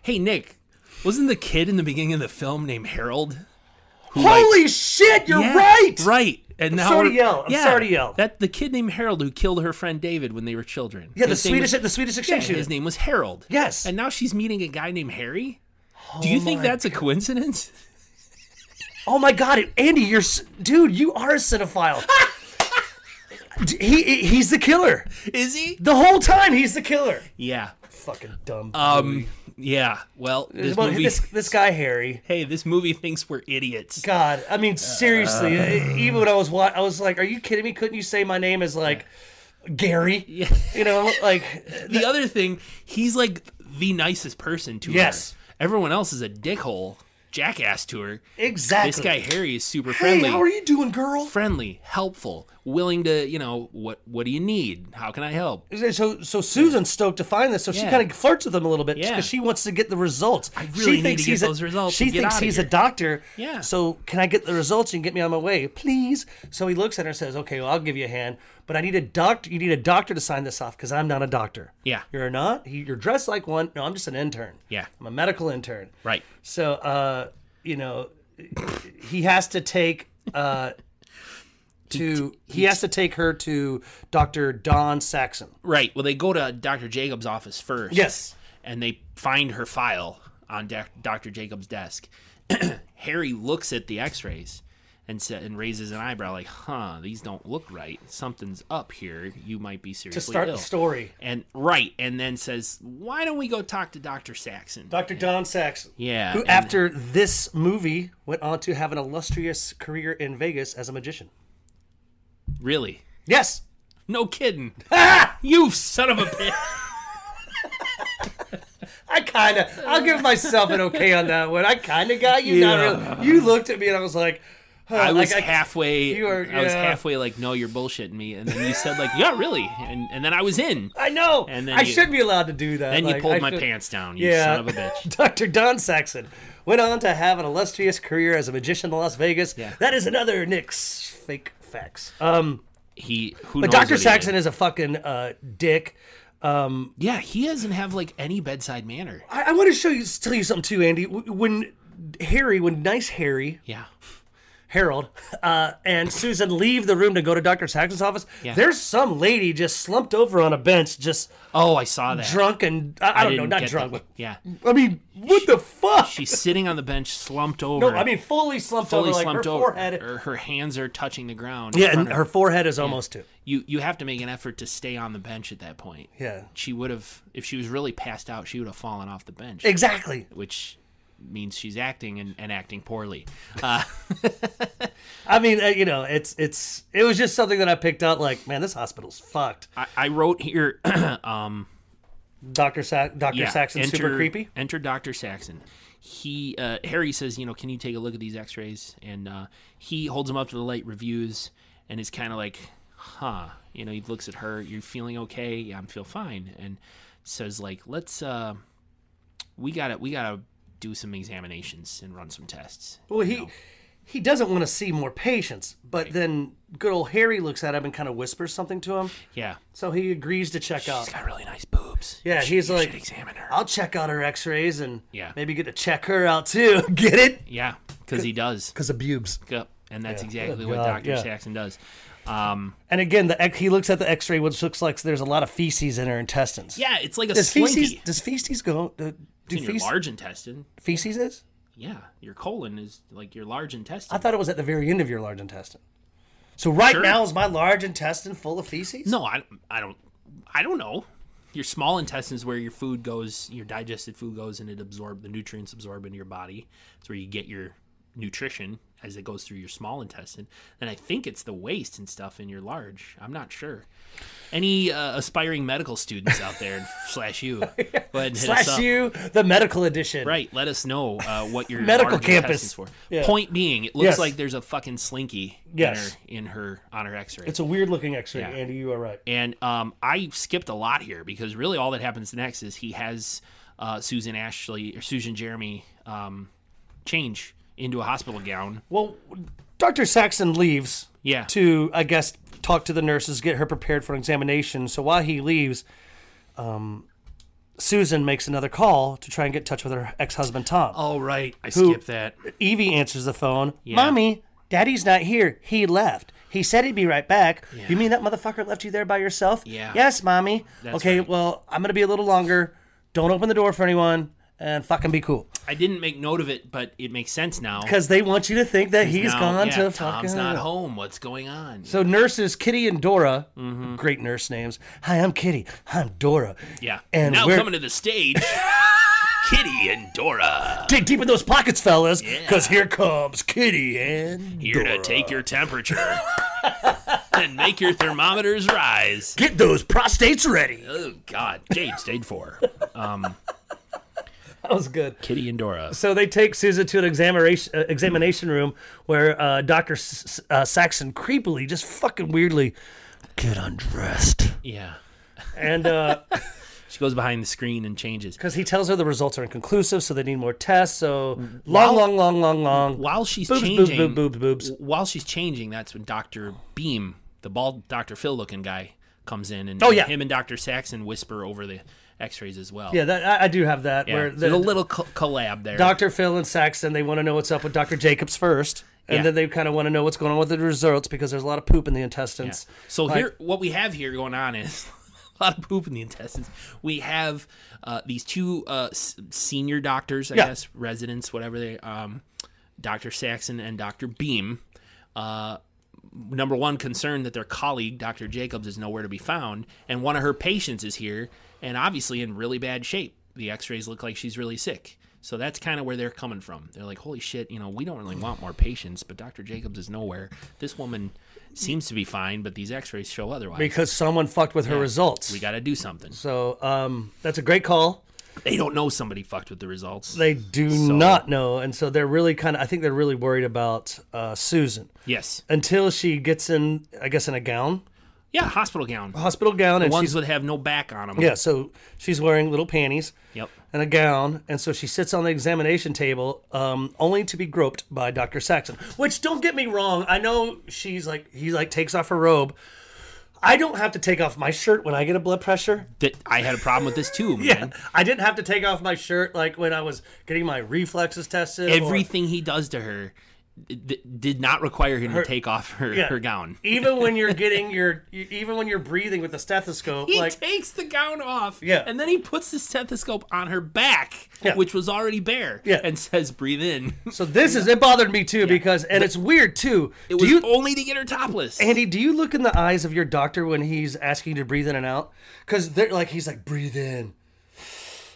Hey, Nick, wasn't the kid in the beginning of the film named Harold? Who, like- Holy shit, you're Yeah, right. Right. And now sorry to we're- yell. I'm sorry to yell. That the kid named Harold who killed her friend David when they were children. Yeah, the His name was- Swedish, the Swedish exchange and student. his name was Harold. Yes. Oh And now she's meeting a guy named Harry. Do you think my that's a coincidence? Oh my god, Andy, you're s- dude, you are a cinephile. D- he, he- he's the killer. Is he? The whole time he's the killer. Yeah. Fucking dumb. Um. Yeah. Well, this well, movie. this this guy Harry. hey, this movie thinks we're idiots. God, I mean, seriously, Uh, e- even when I was watching, I was like, "Are you kidding me? Couldn't you say my name is like Gary?" Yeah. You know, like The other thing, he's like the nicest person to Yes. her. Everyone else is a dickhole, jackass to her. exactly. This guy Harry is super Hey, friendly. how are you doing, girl? friendly, helpful, willing to, you know, what what do you need? How can I help? So, so Susan's stoked to find this, so she Yeah. kind of flirts with him a little bit because Yeah. she wants to get the results. I really need to get those results She and get thinks outta he's a here. doctor. Yeah. So can I get the results and get me on my way, please? So he looks at her and says, "Okay, well, I'll give you a hand, but I need a doctor. You need a doctor to sign this off because I'm not a doctor. Yeah. you're not. He- You're dressed like one. No, I'm just an intern. Yeah. I'm a medical intern. Right. So, uh, you know, he has to take uh, to he has to take her to Doctor Don Saxon. Right. Well, they go to Dr. Jacobs' office first. Yes. And they find her file on Doc- Dr. Jacobs' desk. Harry looks at the x-rays and sa- and raises an eyebrow like, "Huh, these don't look right. Something's up here. You might be seriously to start ill." the story. and right, and then says, "Why don't we go talk to Dr. Saxon?" Dr. Don Saxon. Yeah, Who, and- after this movie, went on to have an illustrious career in Vegas as a magician. really? Yes. No kidding. You son of a bitch. I kind of, I'll give myself an okay on that one. I kind of got you. Not really. You looked at me and I was like, huh, I was like, halfway. you are- I was yeah. halfway like, no, you're bullshitting me, and then you said like, yeah, really, and and then I was in. I, I know. And then I you- should be allowed to do that. Then Like, you pulled I my should- pants down, you Yeah. son of a bitch. Dr. Don Saxon went on to have an illustrious career as a magician in Las Vegas. Yeah. That is another Nick's fake facts. Um, He who but knows Dr. what he Saxon is a fucking uh, dick. did. Yeah, he doesn't have like any bedside manner. I, I want to show you, tell you something too, Andy. W- When Harry, when nice Harry Yeah. Harold uh, and Susan leave the room to go to Doctor Saxon's office, Yeah. there's some lady just slumped over on a bench, just Oh, I saw that. drunk and I, I don't know, didn't not get drunk, that. Yeah. but I mean, what the fuck? She's sitting on the bench, slumped over. no, I mean, fully slumped fully over, like slumped her over. forehead. Her, her hands are touching the ground. in yeah, front and of her forehead is almost too. you you have to make an effort to stay on the bench at that point. Yeah. She would have, if she was really passed out, she would have fallen off the bench. Exactly. which means she's acting and, and acting poorly. I mean, uh, you know, it's it's it was just something that I picked out. Like, man, this hospital's fucked. I, I wrote here, Doctor Sa- Doctor yeah, Saxon's super creepy. Enter Doctor Saxon. He uh, Harry says, you know, can you take a look at these X-rays? And uh, he holds them up to the light, reviews, and is kind of like, huh, you know, he looks at her. You're feeling okay? Yeah, I'm feel fine. And says like, let's, uh, we gotta, we gotta do some examinations and run some tests. Well, he he doesn't want to see more patients, but then good old Harry looks at him and kind of whispers something to him, Yeah, so he agrees to check out. she's got really nice boobs. Yeah, You should- he's you like- should examine her. I'll check out her X-rays and Yeah. maybe get to check her out too. Get it? Yeah, because he does. Because of boobs. Yep, and that's exactly Good what God, Doctor yeah. Saxon does. Um, And again, the X, he looks at the X-ray, which looks like there's a lot of feces in her intestines. yeah, it's like a Does feces? slinky. Does feces go? Do, do in your feces, large intestine. feces is? Yeah, your colon is like your large intestine. I thought it was at the very end of your large intestine. So right Sure. now is my large intestine full of feces? no, I, I don't, I don't know. Your small intestine is where your food goes, your digested food goes, and it absorb the nutrients absorb into your body. It's where you get your nutrition as it goes through your small intestine. And I think it's the waste and stuff in your large. I'm not sure. Any uh, aspiring medical students out there, slash you, go ahead and hit us Slash up. you, the medical edition. Right. Let us know uh, what your Medical large campus. intestine's for. Yeah. Point being, it looks Yes. like there's a fucking slinky Yes. in, her, in her on her X-ray. It's a weird looking X-ray, Yeah. Andy. You are right. and um, I skipped a lot here because really all that happens next is he has uh, Susan Ashley or Susan Jeremy um, change into a hospital gown. Well, Doctor Saxon leaves. Yeah. To I guess talk to the nurses, get her prepared for an examination. So while he leaves, um, Susan makes another call to try and get in touch with her ex-husband Tom. All right, I skipped that. Evie answers the phone. Mommy, Daddy's not here. He left. He said he'd be right back. You mean that motherfucker left you there by yourself? Yeah. Yes, Mommy. okay, right. well, I'm going to be a little longer. Don't open the door for anyone and fucking be cool. I didn't make note of it, but it makes sense now. Because they want you to think that he's Now, gone yeah, to Tom's fucking. not home. What's going on? So nurses Kitty and Dora, great nurse names. Hi, I'm Kitty. Hi, I'm Dora. Mm-hmm. yeah. And now we're- coming to the stage, Kitty and Dora Dig deep in those pockets, fellas, because here comes Kitty and here to take your temperature and make your thermometers rise. get those prostates ready. Oh God, Jade stayed four. That was good. Kitty and Dora. So they take Susan to an examination uh, examination room where uh, Doctor S- S- uh, Saxon creepily, just fucking weirdly, get undressed, Yeah. and because She goes behind the screen and changes. he tells her the results are inconclusive, so they need more tests. So Mm, long, long, long, long, long. While she's boobs, boobs, changing, boobs, boobs, boobs. while she's changing, that's when Doctor Beam, the bald Doctor Phil looking guy, comes in, and Oh, yeah. him and Doctor Saxon whisper over the X-rays as well. Yeah, that, I, I do have that. Yeah. Where There's a the, little co- collab there. Doctor Phil and Saxon, they want to know what's up with Doctor Jacobs first, and Yeah. then they kind of want to know what's going on with the results because there's a lot of poop in the intestines. So Like- here, what we have here going on is a lot of poop in the intestines. We have uh, these two uh, s- senior doctors, I Yeah. guess, residents, whatever they, um, Doctor Saxon and Doctor Beam. Uh, number one, concerned that their colleague Doctor Jacobs is nowhere to be found, and one of her patients is here, and obviously in really bad shape. The X-rays look like she's really sick. So that's kind of where they're coming from. They're like, "Holy shit, you know, we don't really want more patients, but Dr. Jacobs is nowhere. This woman seems to be fine, but these X-rays show otherwise. Because someone fucked with her results. We got to do something. so um, that's a great call. They don't know somebody fucked with the results. They do not know, and so they're really kind of. I think they're really worried about uh, Susan yes, until she gets in. I guess in a gown, yeah, hospital gown. hospital gown, and Ones Oh, she's that have no back on them. yeah. So she's wearing little panties. Yep. And a gown, and so she sits on the examination table, um, only to be groped by Doctor Saxon. Which don't get me wrong, I know she's like he like takes off her robe. I don't have to take off my shirt when I get a blood pressure. That I had a problem with this too, man. Yeah, I didn't have to take off my shirt like when I was getting my reflexes tested. or- Everything he does to her d- did not require him to take off her, Yeah. her gown. even when you're getting your even when you're breathing with the stethoscope He like takes the gown off, Yeah. and then he puts the stethoscope on her back, Yeah. which was already bare, Yeah. and says, "Breathe in." so this is it bothered me too because and it's weird too It do was you only to get her topless. andy do you look in the eyes of your doctor when he's asking you to breathe in and out because they're like he's like breathe in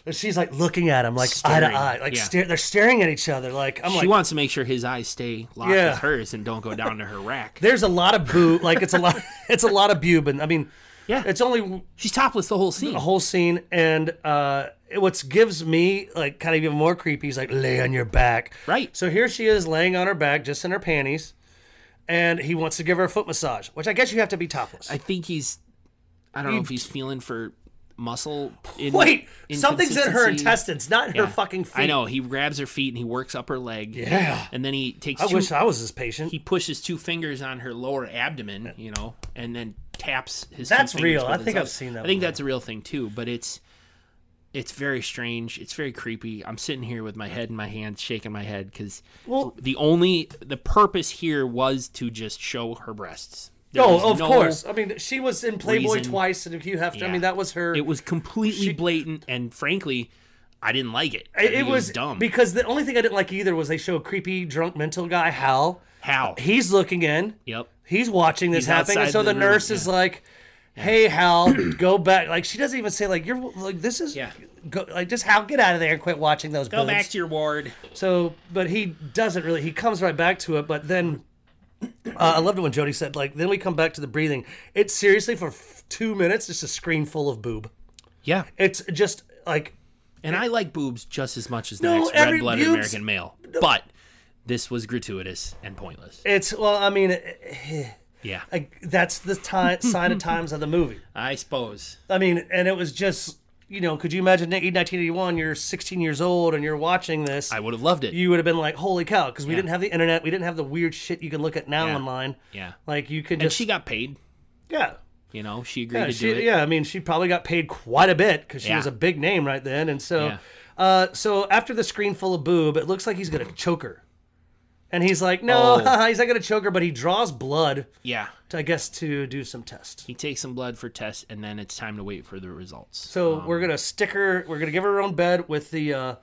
and she's like looking at him like eye Staring, to eye like yeah. stare, they're staring at each other like i'm she like wants to make sure his eyes stay locked Yeah. with hers and don't go down to her rack. there's a lot of boo like it's a lot it's a lot of bubin i mean Yeah. it's only She's topless the whole scene. the whole scene and uh what gives me like kind of even more creepy is like lay on your back Right. so here she is laying on her back just in her panties and he wants to give her a foot massage which i guess you have to be topless I think he's. I don't know if he's feeling for muscle. In, wait something's in her inconsistency. intestines not in her Yeah. fucking feet I know. He grabs her feet and he works up her leg. Yeah. And then he takes. i two, wish i was as patient he pushes two fingers on her lower abdomen, you know, and then taps his. two That's fingers real. with I his think I've other- seen that I think before. that's a real thing too, but it's it's very strange. It's very creepy. I'm sitting here with my head in my hands, shaking my head because Well- the only the purpose here was to just show her breasts. There was oh of no- course i mean she was in playboy reason. twice and hugh hefner i Yeah. mean that was her It was completely blatant, and frankly, I didn't like it. I It- think it was dumb. because the only thing i didn't like either was they show a creepy drunk mental guy hal How? he's looking in Yep. he's watching this He's happening, and outside so the, the room, nurse is like, "Hey, Hal, go back." Like she doesn't even say like you're like this is Yeah. go, like just how get out of there and quit watching those Go boobs. back to your ward. So, but he doesn't really. He comes right back to it, but then uh, I loved it when Jody said, like, then we come back to the breathing. It's seriously for f- two minutes, just a screen full of boob. Yeah. It's just like And I like boobs just as much as the No, next every- red blooded boobs- American male. But this was gratuitous and pointless. it's well, I mean, eh, Yeah. like that's the time sign of times of the movie. I suppose. I mean, and it was just you know, could you imagine 1981? You're 16 years old and you're watching this. I would have loved it. you would have been like, holy cow, because we didn't have the internet, we didn't have the weird shit you can look at now Yeah. online. yeah. Like you could And just she got paid. yeah. You know, she agreed Yeah, to she, do it. yeah, I mean, she probably got paid quite a bit because she Yeah. was a big name right then, and so, Yeah. uh, so after the screen full of boob, it looks like he's gonna choke her, and he's like, no, Oh. he's not gonna choke her, but he draws blood, Yeah. to, I guess, to do some tests. He takes some blood for tests, and then it's time to wait for the results. So we're gonna stick her, we're gonna give her her own bed with the, uh,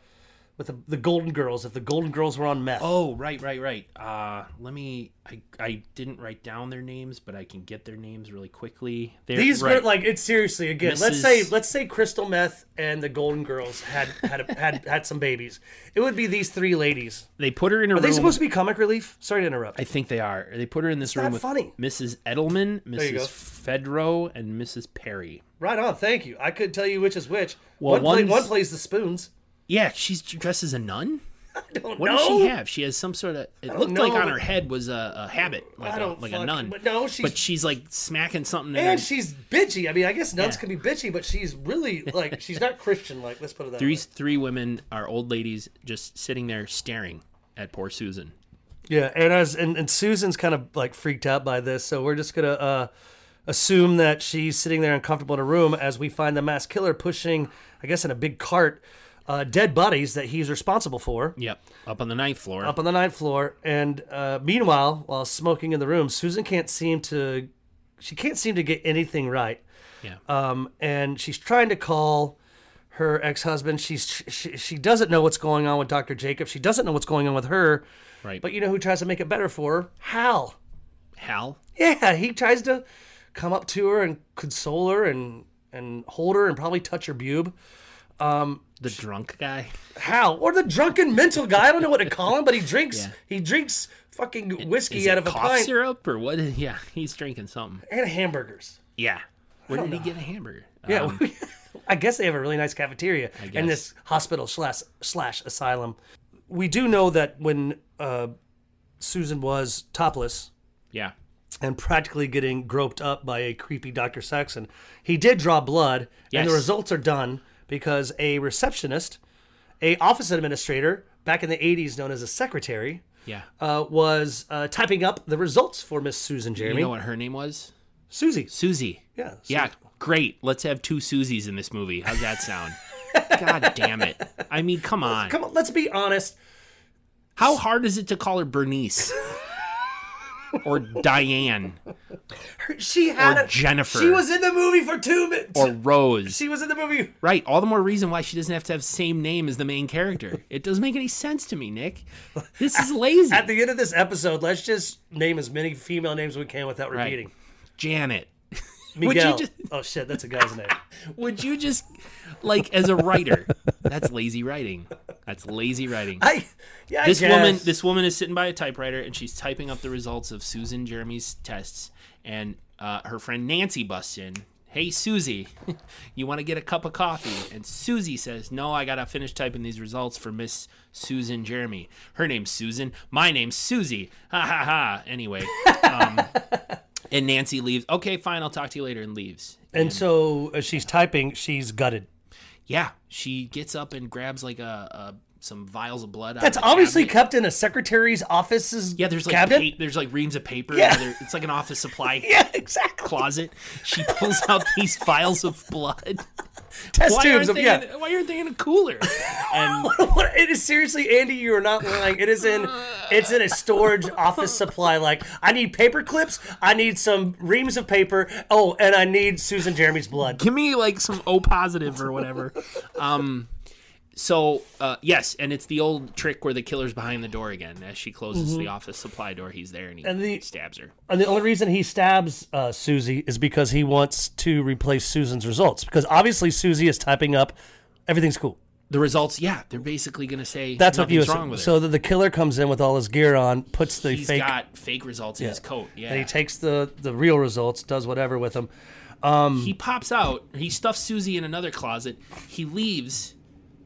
with the, the Golden Girls if the Golden Girls were on meth. Oh, right, right, right. Uh, let me. I, I didn't write down their names, but I can get their names really quickly. They're, These were right. like it's seriously again. Let's Mrs. say let's say Crystal Meth and the Golden Girls had had had had some babies. It would be these three ladies. they put her in a Are room. they supposed to be comic relief? Sorry to interrupt. I think they are. They put her in this room not with funny. Mrs. Edelman, you go. Mrs. Fedro, and Mrs. Perry. Right on. Thank you. I couldn't tell you which is which. Well, one, play, one's- one plays the spoons. Yeah, she's dressed as a nun. I don't What know. does she have? She has some sort of. It looked like know. on her head was a, a habit, like I don't a, like a fucking- nun. but no, she's- But she's like smacking something. in And her- she's bitchy. I mean, I guess nuns Yeah. can be bitchy, but she's really like she's not Christian. Like let's put it that way. These three women are old ladies, just sitting there staring at poor Susan. Yeah, and as and, and Susan's kind of like freaked out by this, so we're just gonna uh, assume that she's sitting there uncomfortable in a room as we find the mass killer pushing, I guess, in a big cart, uh, dead bodies that he's responsible for Yep, up on the ninth floor. up on the ninth floor. And uh, meanwhile, while smoking in the room, Susan can't seem to, she can't seem to get anything right. Yeah. Um, and she's trying to call her ex-husband. She's she, she doesn't know what's going on with Dr. Jacob. She doesn't know what's going on with her. Right. But you know who tries to make it better for her? Hal. Hal. Yeah, he tries to come up to her and console her and and hold her and probably touch her boob. the drunk guy. Hal or the drunken mental guy. I don't know what to call him, but he drinks he drinks fucking Is whiskey it out of a cough pint syrup or what? Yeah, he's drinking something. and hamburgers. Yeah. Where did he get a hamburger? Yeah, Um, I guess they have a really nice cafeteria in this hospital slash slash asylum. We do know that when uh, Susan was topless yeah. and practically getting groped up by a creepy Dr. Saxon, he did draw blood, and Yes. the results are done because a receptionist, a office administrator back in the '80s known as a secretary, Yeah. uh, was uh, typing up the results for Miss Susan Jeremy. you know what her name was? Susie. Susie. Yeah. Susie. Yeah. Great. Let's have two Susies in this movie. How's that sound? God damn it. I mean, come on. Come on, let's be honest. How hard is it to call her Bernice? or Diane? Her- She had Or a, Jennifer. She was in the movie for two minutes. Or Rose? she was in the movie. Right. All the more reason why she doesn't have to have same name as the main character. It doesn't make any sense to me, Nick. This is lazy. At the end of this episode, let's just name as many female names we can without Right. repeating. Janet. Would you Miguel. just- Oh shit, that's a guy's name. Would you just like as a writer? That's lazy writing. That's lazy writing. I yeah. I this guess. woman this woman is sitting by a typewriter and she's typing up the results of Susan Jeremy's tests and uh, her friend Nancy busts in. Hey Susie, you want to get a cup of coffee? And Susie says, "No, I gotta finish typing these results for Miss Susan Jeremy. Her name's Susan. My name's Susie. Ha ha ha." Anyway, um, and Nancy leaves. Okay, fine. I'll talk to you later, and uh, leaves. And so as she's typing, she's gutted. Yeah, she gets up and grabs like a, a some vials of blood. That's out of the obviously cabinet. kept in a secretary's office's yeah. There's like cabinet. pa- there's like reams of paper. Yeah. There- it's like an office supply yeah, exactly. closet. She pulls out these vials of blood. Test why tubes. aren't Of, they? yeah. In, why aren't they in a cooler? And What- it is seriously, Andy. You are not lying. It is in, it's in a storage office supply. Like I need paper clips. I need some reams of paper. Oh, and I need Susan Jeremy's blood. give me like some O positive or whatever. Um, so uh, yes, and it's the old trick where the killer's behind the door again. As she closes the office supply door, he's there and he And the- stabs her. And the only reason he stabs uh, Susie is because he wants to replace Susan's results. Because obviously Susie is typing up Everything's cool. The results, yeah, they're basically going to say That's what you nothing's assume. wrong with it. So the, the killer comes in with all his gear on, puts the He's fake, got fake results in his coat. Yeah, and he takes the the real results, does whatever with them. he pops out. He stuffs Susie in another closet. He leaves,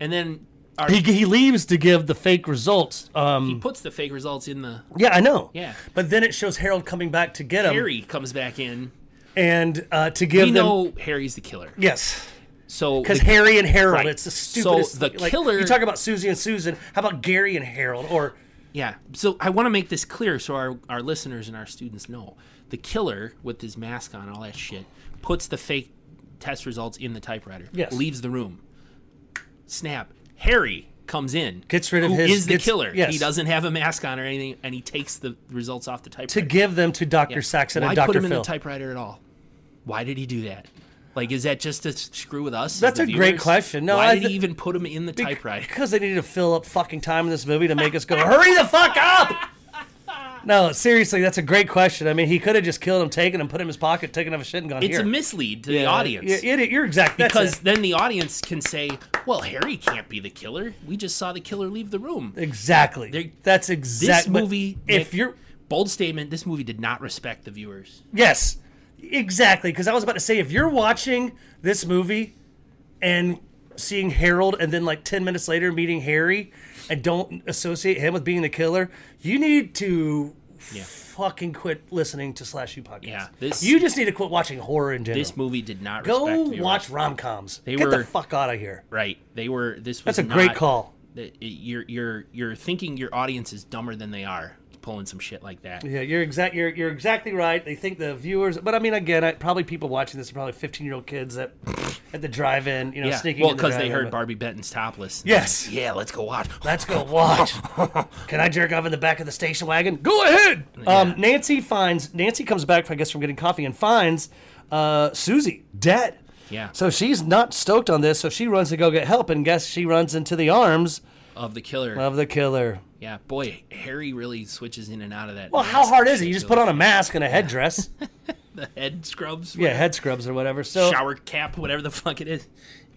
and then our, He, he he leaves to give the fake results. Um, puts the fake results in the. yeah, I know. Yeah. But then it shows Harold coming back to get him Harry comes back in. and uh, to give We them. know Harry's the killer. yes. So Because the- Harry and Harold, Right. it's the stupidest. So the thing. Like, killer- You talk about Susie and Susan. How about Gary and Harold? Or yeah. So I want to make this clear so our our listeners and our students know the killer with his mask on, all that shit, puts the fake test results in the typewriter. Yes. Leaves the room. Snap. Harry comes in. Gets rid of who his- is the gets- killer. yes. He doesn't have a mask on or anything, and he takes the results off the typewriter. to give them to Doctor Saxon Why and put Doctor him in Phil. the typewriter at all? Why did he do that? Like, is that just to s- screw with us? as That's the a great viewers? question. No, why I did th- he even put him in the typewriter? Because they needed to fill up fucking time in this movie to make us go, hurry the fuck up! No, seriously, that's a great question. I mean, he could have just killed him, taken him, put him in his pocket, taken off his shit, and gone It's here. a mislead to the Yeah, audience Yeah, idiot, you're exactly because then the audience can say, "Well, Harry can't be the killer. We just saw the killer leave the room." exactly. They- that's This exactly movie, If Nick, you're bold statement, this movie did not respect the viewers. Yes, exactly. Because I was about to say, if you're watching this movie and seeing Harold, and then like ten minutes later meeting Harry, and don't associate him with being the killer, you need to fucking quit listening to slash you podcasts. Yeah, this- you just need to quit watching horror in general. This movie did not respect Go viewers. watch rom coms. They Get the were- fuck out of here. Right? They were. This was That's a great not- call. that- You're you're you're thinking your audience is dumber than they are pulling some shit like that. Yeah, you're exact. You're, you're exactly right. They think the viewers, but I mean, again, I, probably people watching this are probably 15 year old kids that at the drive-in, you know, Yeah, sneaking. well, because because they heard Barbie Benton's topless. Yes. Yeah, let's go watch. Let's go watch. Can I jerk off in the back of the station wagon? Go ahead. Um, Nancy finds Nancy comes back, I guess, from getting coffee and finds uh, Susie dead. Yeah. So she's not stoked on this, so she runs to go get help, and guess she runs into the arms Of the killer. of the killer. yeah, boy, Harry really switches in and out of that. Well, how hard is it? You just put on a mask and a headdress, the head scrubs, yeah, head scrubs or whatever. So shower cap, whatever the fuck it is.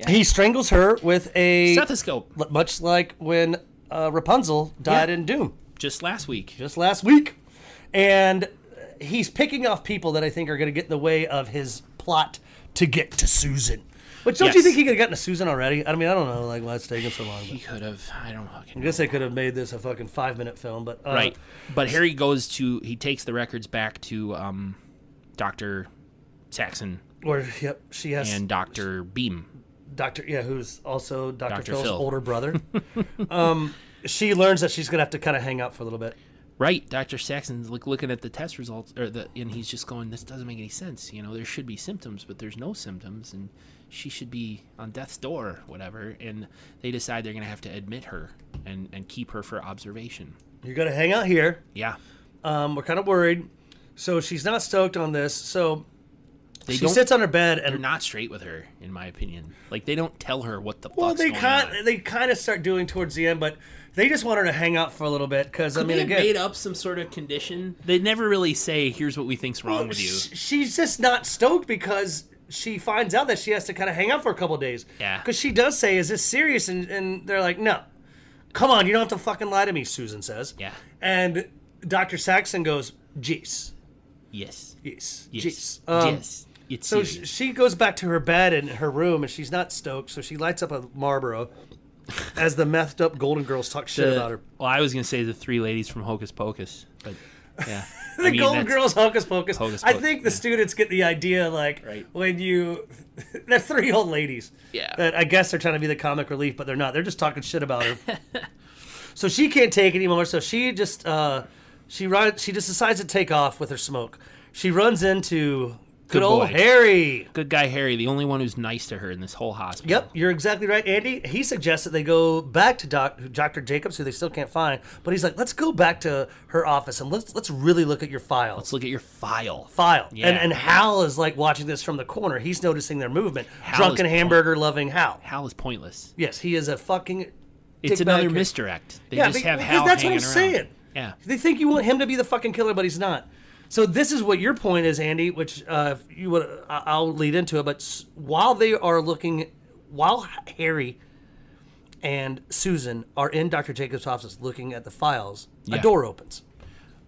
he strangles her with a Stethoscope, much like when uh, Rapunzel died Yeah. in Doom. just last week. just last week. And uh, he's picking off people that I think are going to get in the way of his plot to get to Susan. Which don't you Yes. think he could have gotten to Susan already? I mean, I don't know, like why it's taking so long. But He could have. I don't fucking I know. guess they could have made this a fucking five minute film, but uh, Right, but Harry goes to. He takes the records back to um, Doctor Saxon Or yep, she has and Doctor Beam. Doctor, yeah, who's also Doctor Dr. Phil's Phil. older brother. um, she learns that she's gonna have to kind of hang out for a little bit. Right, Doctor Saxon's look, looking at the test results, or the, and he's just going, "This doesn't make any sense." You know, there should be symptoms, but there's no symptoms, and she should be on death's door, or whatever. And they decide they're going to have to admit her and and keep her for observation. You're gonna hang out here. Yeah, Um, we're kind of worried, so she's not stoked on this. So they she don't. sits on her bed and they're not straight with her, in my opinion. Like they don't tell her what the Well, fuck's they going kind on. they kind of start doing towards the end, but they just want her to hang out for a little bit because I mean, they again, made up some sort of condition. They never really say, "Here's what we think's wrong with you." sh- she's just not stoked because she finds out that she has to kind of hang out for a couple days. Yeah. because she does say, "Is this serious?" And and they're like, "No, come on, you don't have to fucking lie to me," Susan says. Yeah. and Doctor Saxon goes, "Jeez, Yes, jeez, yes, jeez." Um, yes. It's So serious. sh- she goes back to her bed in her room, and she's not stoked. So she lights up a Marlboro, as the methed up Golden Girls talk shit the- about her. Well, I was gonna say the three ladies from Hocus Pocus, but yeah, the Golden Girls Hocus Pocus. Hocus I Pocus, think the yeah. students get the idea like Right. when you they're three old ladies. Yeah. That I guess they're trying to be the comic relief, but they're not. They're just talking shit about her. so she can't take anymore, so she just uh she run, she just decides to take off with her smoke. She runs into good, Good old boy. Harry. Good guy Harry, the only one who's nice to her in this whole hospital. Yep, you're exactly right, Andy. He suggests that they go back to Doc, Dr. Jacobs, who they still can't find, but he's like, let's go back to her office and let's let's really look at your file. Let's look at your file. file. Yeah. And and Hal is like watching this from the corner. He's noticing their movement. Hal Drunken is- hamburger loving Hal. Hal is pointless. Yes, he is a fucking. It's dickbag another kid. misdirect. They Yeah, just be- have because Hal that's what hanging I'm around. saying. Yeah. They think you want him to be the fucking killer, but he's not. So this is what your point is, Andy. Which uh, if you would I- I'll lead into it. But s- while they are looking, while Harry and Susan are in Dr. Jacobs' office looking at the files. A Yeah. door opens.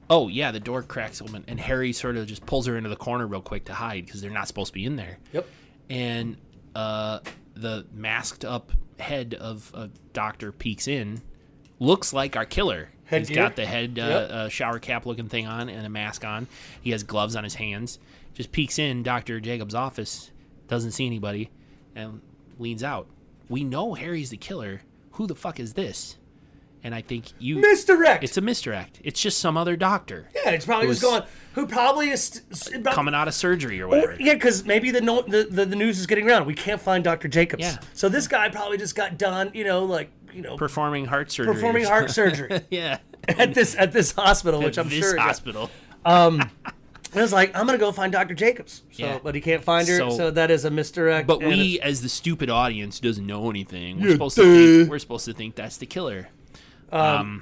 Oh yeah, the door cracks open, and Harry sort of just pulls her into the corner real quick to hide because they're not supposed to be in there. Yep. And uh, the masked up head of a doctor peeks in. Looks like our killer. He's Headgear? got the head uh, Yep. uh, shower cap looking thing on and a mask on. He has gloves on his hands. Just peeks in Doctor Jacob's office. Doesn't see anybody, and leans out. We know Harry's the killer. Who the fuck is this? And I think you. Misdirect. It's a misdirect. It's just some other doctor yeah, it's probably just was- going. Who probably is st- st- coming out of surgery or whatever. Yeah, because maybe the, no- the, the the news is getting around. We can't find Dr. Jacobs. Yeah. So this guy probably just got done, you know, like, you know, Performing heart surgery. or performing heart surgery something. Yeah. at this at this hospital, which I'm this sure. yeah. hospital. And it's like, I'm going to go find Dr. Jacobs. So, Yeah. but he can't find her. So, So- that is a misdirect. But and we, as the stupid audience, doesn't know anything. We're Yeah, supposed to think, we're supposed to think that's the killer. it's-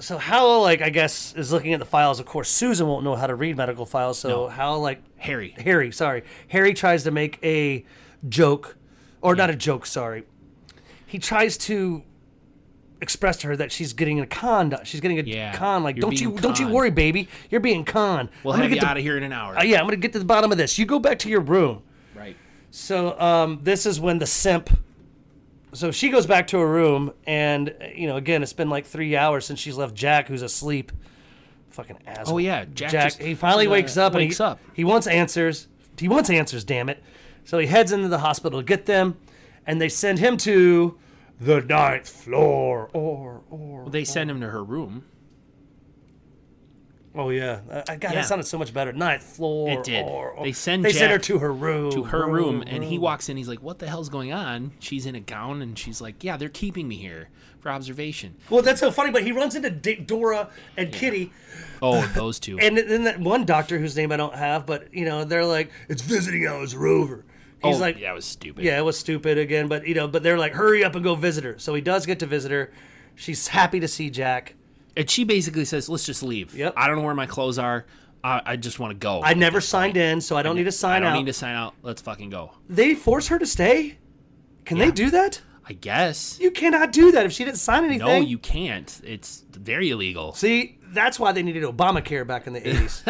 So Hal, like, I guess, is looking at the files. Of course, Susan won't know how to read medical files. So Hal, like, Harry. Harry, sorry. Harry tries to make a joke, or not a joke, sorry. He tries to express to her that she's getting a con. She's getting a Yeah, con. Like, you're don't you being don't you conned. worry, baby. You're being con. We'll I'm gonna have you get to, out of here in an hour. uh, yeah, I'm gonna get to the bottom of this. You go back to your room. right. So um, this is when the simp. So she goes back to her room, and you know, again, it's been like three hours since she's left Jack, who's asleep. Fucking asshole. Oh, yeah, Jack just- he finally uh, wakes up. wakes and he, up. He wants answers. He wants answers. Damn it! So he heads into the hospital to get them, and they send him to the ninth floor. Or or. Well, they send him to her room. Oh yeah, I- I God, Yeah. that sounded so much better. Ninth floor. It did. Or, or. They send They send her Jack to her room. To her room, and he walks in. He's like, "What the hell's going on?" She's in a gown, and she's like, "Yeah, they're keeping me here for observation." Well, that's so funny. But he runs into D- Dora and Kitty. Oh, those two. And then that one doctor whose name I don't have, but you know, they're like, it's visiting hours are over. He's oh, like, that was stupid. yeah, it was stupid again, but you know, but they're like, hurry up and go visit her. So he does get to visit her. She's happy to see Jack. And she basically says, "Let's just leave. Yep. I don't know where my clothes are. I, I just want to go. I never signed in, so I don't need to I sign don't out. need to sign out. Let's fucking go. They force her to stay. Can they do that? I guess. You cannot do that if she didn't sign anything. No, you can't. It's very illegal. see. That's why they needed Obamacare back in the eighties,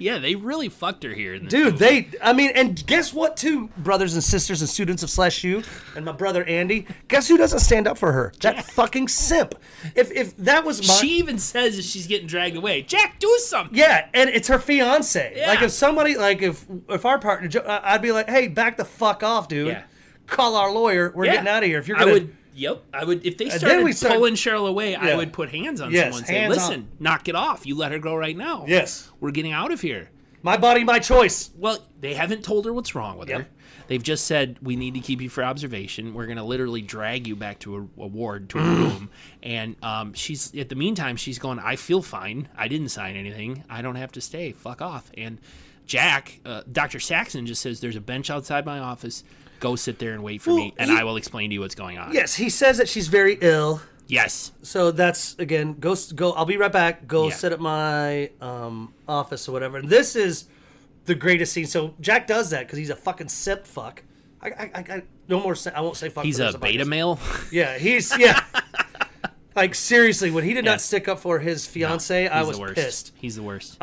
Yeah, they really fucked her here. in this dude. movie. They, I mean, and guess what? Too brothers and sisters and students of slash you and my brother Andy. Guess who doesn't stand up for her? That fucking simp. If if that was my She even says that she's getting dragged away. Jack, do something. Yeah, and it's her fiance. Yeah. Like if somebody, like if if our partner, Jo- I- I'd be like, hey, back the fuck off, dude. Yeah. Call our lawyer. We're getting out of here. If you're I gonna, would. Yep, I would. If they then started we start- pulling Cheryl away, Yeah. I would put hands on Yes, someone. and Say, hands on- listen, knock it off. You let her go right now. Yes. we're getting out of here. my body, my choice. Well, they haven't told her what's wrong with Yep. her. They've just said we need to keep you for observation. We're gonna literally drag you back to a, a ward to a Mm. room, and um, she's at the meantime she's going. I feel fine. I didn't sign anything. I don't have to stay. Fuck off. And Jack, uh, Doctor Saxon, just says there's a bench outside my office. Go sit there and wait for Well, me, and he- I will explain to you what's going on. Yes, he says that she's very ill. Yes. So that's again, go s- go. I'll be right back. Go Yeah. set up my um office or whatever. And this is the greatest scene. So Jack does that because he's a fucking simp. Fuck. I, I, I, I no more. Say, I won't say fuck. He's for the rest a of my- beta male. Yeah, he's yeah. like seriously, when he did not stick up for his fiance, I He's was the worst. pissed. Uh, He's the worst.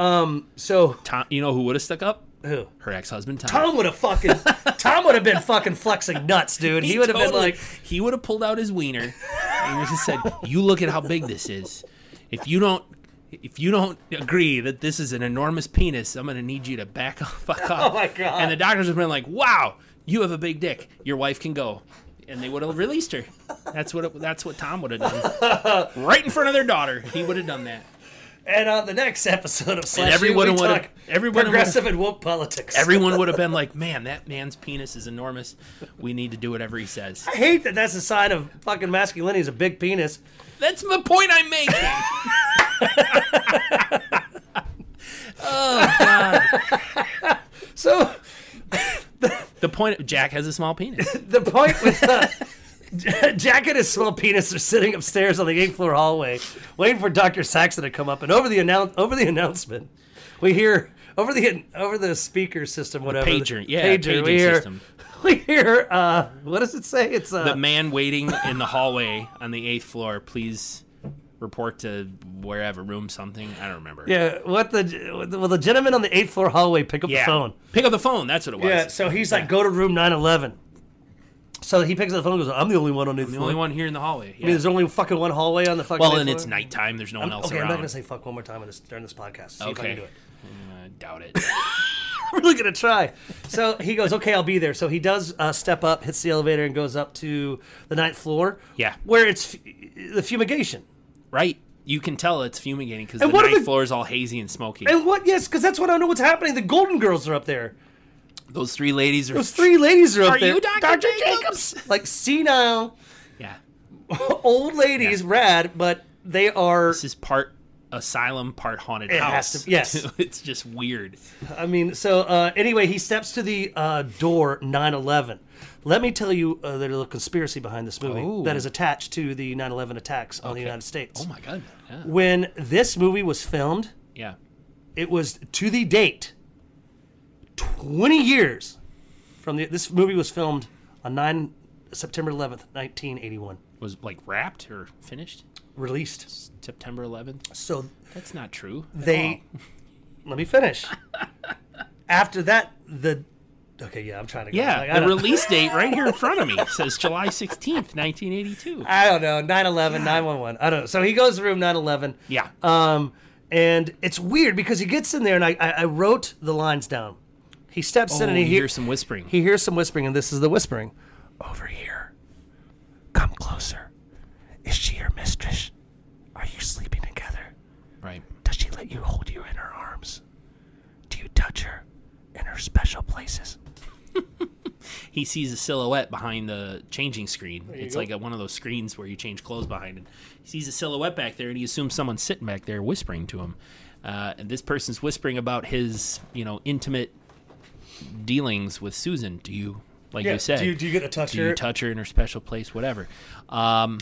So Tom, you know who would have stuck up? who? Her ex-husband Tom. Tom would have fucking Tom would have been fucking flexing nuts, dude. He, would have been totally- like, he would have pulled out his wiener and just said, "You look at how big this is. If you don't, if you don't agree that this is an enormous penis, I'm gonna need you to back off." Fuck off. oh my God. And the doctors have been like, "Wow, you have a big dick. Your wife can go." And they would have released her. That's what it, that's what Tom would have done, right in front of their daughter. He would have done that. and on the next episode of Slash, everyone everyone would would have- talk everyone would progressive and woke politics. Everyone would have been like, "Man, that man's penis is enormous. We need to do whatever he says." I hate that that's a sign of fucking masculinity is a big penis. That's the point I'm making. oh God. So The point Jack has a small penis. the point with uh, Jack and his small penis are sitting upstairs on the eighth floor hallway, waiting for Doctor Saxon to come up. And over the announce over the announcement, we hear over the over the speaker system, whatever the pager, yeah, we paging hear, system. We hear. Uh, what does it say? It's uh, The man waiting in the hallway on the eighth floor, please report to wherever room something. I don't remember. yeah. What the well, the gentleman on the eighth floor hallway pick up the phone. Pick up the phone. That's what it was. Yeah, so he's like, go to room 911. So he picks up the phone and goes, I'm the only one on the the floor. only one here in the hallway. I mean, there's only fucking one hallway on the fucking Well, eighth and floor. it's nighttime. There's no one else Okay, I'm around. not going to say fuck one more time on this, during this podcast. See if I Okay. can do it. Uh, doubt it. I'm really going to try. So he goes, okay, I'll be there. So he does uh, step up, hits the elevator, and goes up to the ninth floor. Yeah. Where it's f- the fumigation. right? You can tell it's fumigating because the And what are ninth the- floor is all hazy and smoky. And what? Yes, because that's what I know what's happening. The Golden Girls are up there. Those three ladies are. Those three ladies are up Are there. you Dr. Jacobs? Like senile Yeah. old ladies, rad, but they are. This is part asylum, part haunted It house. has to- yes. it's just weird. I mean, so uh, anyway, he steps to the uh, door 9 11. Let me tell you uh, there's a little conspiracy behind this movie Oh. that is attached to the 9 11 attacks on the United States. Oh my god. Yeah. When this movie was filmed, Yeah. it was to the date 20 years from the. This movie was filmed on 9 September 11th, 1981. Was like wrapped or finished Released. September 11th. So That's not true. at they. all. Let me finish. After that, the. Okay, yeah, I'm trying to. Go. Like, I Yeah, the don't- release date right here in front of me says July 16th, 1982. I don't know, 911, 911. I don't know. So he goes to room 911. Yeah. Um, and it's weird because he gets in there and I, I, I wrote the lines down. He steps in Oh, and you he hear hears some whispering. he hears some whispering and this is the whispering. Over here. Come closer. Is she your mistress? Are you sleeping together? right. Does she let you hold you in her arms? Do you touch her in her special places? He sees a silhouette behind the changing screen. It's like a, one of those screens where you change clothes behind. And he sees a silhouette back there, and he assumes someone's sitting back there whispering to him. Uh, and this person's whispering about his, you know, intimate dealings with Susan. Do you, like you said, do you, do you get to touch do her? you touch her in her special place whatever um,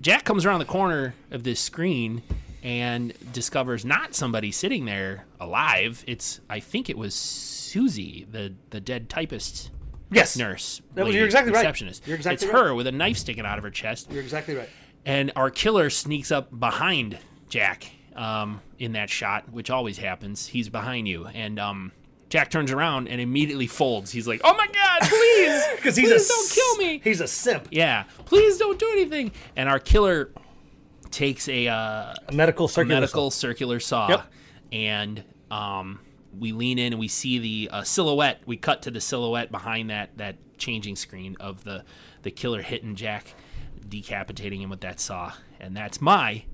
jack comes around the corner of this screen and discovers not somebody sitting there alive it's i think it was susie the, the dead typist yes. nurse That was- lady, you're exactly right. receptionist You're exactly it's right. her with a knife sticking out of her chest You're exactly right. and our killer sneaks up behind Jack um, in that shot, which always happens. He's behind you, and um, Jack turns around and immediately folds. He's like, "Oh my god, please, Because he's please a don't s- kill me." He's a simp. yeah, please don't do anything. And our killer takes a uh, A medical circular. medical circular saw, Yep. and um, we lean in and we see the uh, silhouette. We cut to the silhouette behind that that changing screen of the the killer hitting Jack, decapitating him with that saw, and that's my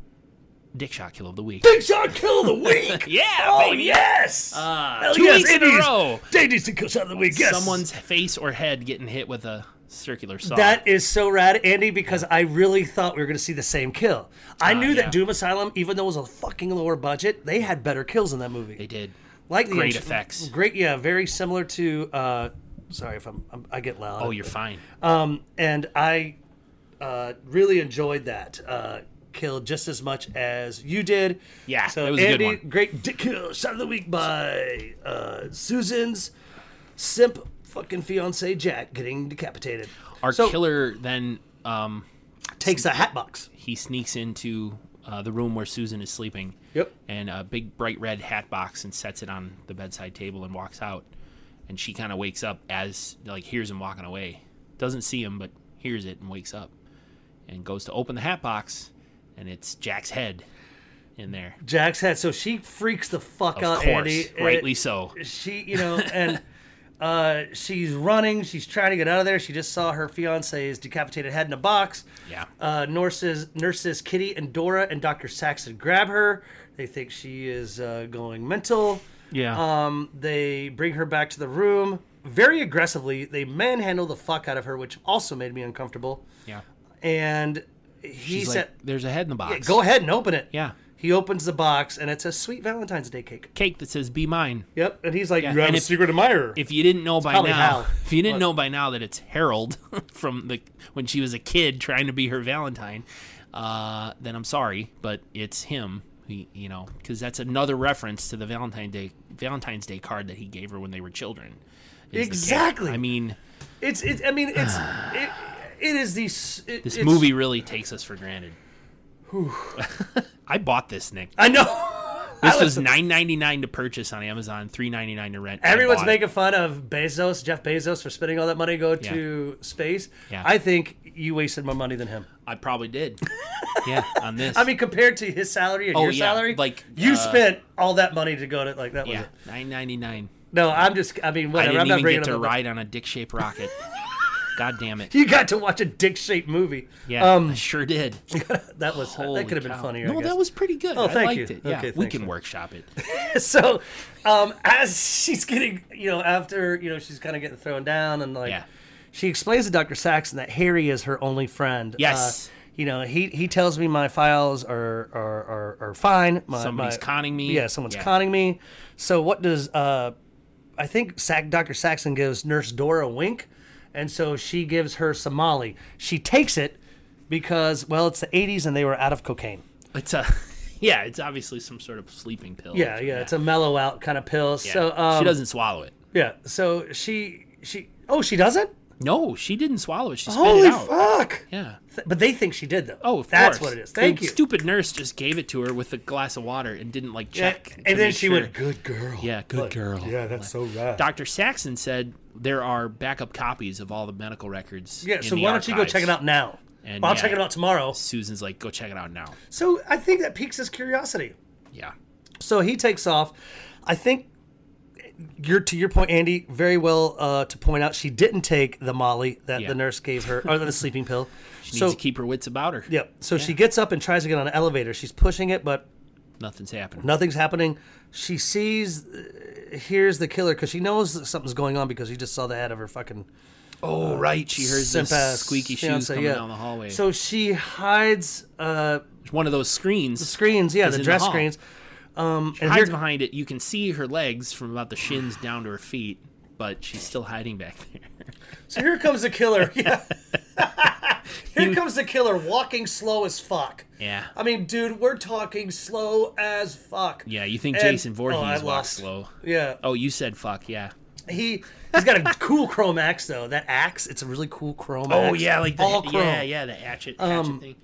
dick shot kill of the week. Big shot kill of the week. Yeah, Oh baby. yes. Ah, Hell two yes, weeks in it a is. row. Danny's the kill shot of the week. Yes. Someone's face or head getting hit with a circular saw. That is so rad, Andy, because I really thought we were going to see the same kill. I knew Ah, yeah. that Doom Asylum, even though it was a fucking lower budget, they had better kills in that movie. they did. Like the Great int- effects. Great, yeah, very similar to. Uh, sorry if I'm, I'm I get loud. Oh, you're fine. Um, and I uh, really enjoyed that uh, kill just as much as you did. Yeah, so that was a good Andy, one. great dick kill shot of the week by uh, Susan's simp fucking fiance Jack getting decapitated. Our so killer then um, takes a hat box. he sneaks into uh, the room where Susan is sleeping. Yep. And a big bright red hat box and sets it on the bedside table and walks out. And she kind of wakes up as like hears him walking away. Doesn't see him but hears it and wakes up and goes to open the hat box and it's Jack's head in there. Jack's hat. So she freaks the fuck Of out, course, Andy. and rightly so. She, you know, and uh, she's running. She's trying to get out of there. She just saw her fiance's decapitated head in a box. Yeah. Uh, nurses, nurses Kitty and Dora and Doctor Saxon grab her. They think she is uh, going mental. Yeah. Um, they bring her back to the room very aggressively. They manhandle the fuck out of her, which also made me uncomfortable. yeah. And he He's said, like, "There's a head in the box." "Go ahead and open it." Yeah. He opens the box and it's a sweet Valentine's Day cake. Cake that says "Be mine." Yep, and he's like, "You have and a if- secret admirer." If you didn't know by probably now, Hal. if you didn't know by now that it's Harold from the when she was a kid trying to be her Valentine, uh, then I'm sorry, but it's him He, you know, because that's another reference to the Valentine Day Valentine's Day card that he gave her when they were children. is the cake. Exactly. I mean, It's it's. I mean, it's it, it is the s- it- this it's- movie really takes us for granted. I bought this, Nick. I know. I This was nine ninety nine to purchase on Amazon, three ninety nine to rent. I Everyone's bought it. making fun of Bezos, Jeff Bezos, for spending all that money to go to space. Yeah. I think you wasted more money than him. I probably did. yeah, on this. I mean, compared to his salary and Oh, your yeah, salary, like, you uh, spent all that money to go to like that. Was yeah, it. nine ninety nine. No, I'm just. I mean, I whatever. didn't I'm not even bringing get to up. the- ride on a dick shaped rocket. God damn it! You got to watch a dick-shaped movie. Yeah, Um, I sure did. that was Holy that could have been cow. funnier. I No, guess. Oh, that was pretty good. I thank liked you. it. Yeah, Okay, we thanks, can man. workshop it. so um, as she's getting you know after you know she's kind of getting thrown down and like Yeah. she explains to dr saxon that harry is her only friend Yes. Uh, you know he he tells me my files are are are, are fine my, Somebody's my- conning me. yeah someone's Yeah. conning me so what does uh i think Sac- dr saxon gives nurse dora a wink and so she gives her somali she takes it because well it's the 80s and they were out of cocaine It's a, uh, yeah, it's obviously some sort of sleeping pill. yeah yeah, it's a mellow out kind of pill Yeah. so um, she doesn't swallow it. Yeah. So she she oh she doesn't. No, she didn't swallow it. She spit Holy it out. fuck! Yeah. Th- But they think she did though. Oh, of that's course. what it is. Thank the you. Stupid nurse just gave it to her with a glass of water and didn't like Yeah, check. to and then make she sure. went, "Good girl." Yeah, good girl. Yeah, that's so right. Dr. Saxon said there are backup copies of all the medical records. yeah. in So the why don't you go archives. check it out now? And, Well, I'll yeah. check it out tomorrow. Susan's like, go check it out now. So I think that piques his curiosity. Yeah. So he takes off. I think you're to your point, Andy. Very well uh, to point out she didn't take the Molly that Yeah. the nurse gave her, or the sleeping pill. She so needs to keep her wits about her. yep. So she gets up and tries to get on an elevator. She's pushing it, but Nothing's happening. Nothing's happening. She sees, uh, hears the killer because she knows that something's going on because she just saw the head of her fucking Oh, right. She hears simp the ass squeaky shoes fiance, coming yeah. down the hallway. So So she hides uh, one of those screens screens, yeah, Is the in the dress hall. screens. Um, and hides here, behind it. You can see her legs from about the shins down to her feet, but she's still hiding back there. so here comes the killer. Yeah. here comes the killer, walking slow as fuck. Yeah. I mean, dude, we're talking slow as fuck. Yeah, you think And- Jason oh, I Voorhees walks lost. slow. Yeah. Oh, you said fuck, yeah. He he's got a cool chrome axe though. That axe, it's a really cool chrome. Oh axe. yeah, like the all chrome. Um, yeah, yeah, the hatchet, hatchet thing.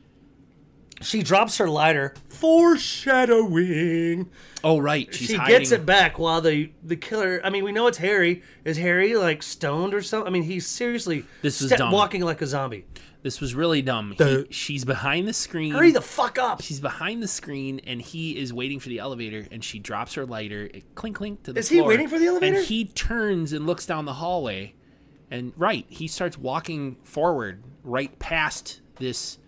She drops her lighter, foreshadowing. Oh right, she's she hiding. gets it back while the the killer. I mean, we know it's Harry. Is Harry like stoned or something? I mean, he's seriously This was step- dumb. walking like a zombie. This was really dumb. The- He, she's behind the screen. Hurry the fuck up! She's behind the screen, and he is waiting for the elevator. And she drops her lighter, it clink clink to the Is he floor. waiting for the elevator? And he turns and looks down the hallway, and right, he starts walking forward, right past this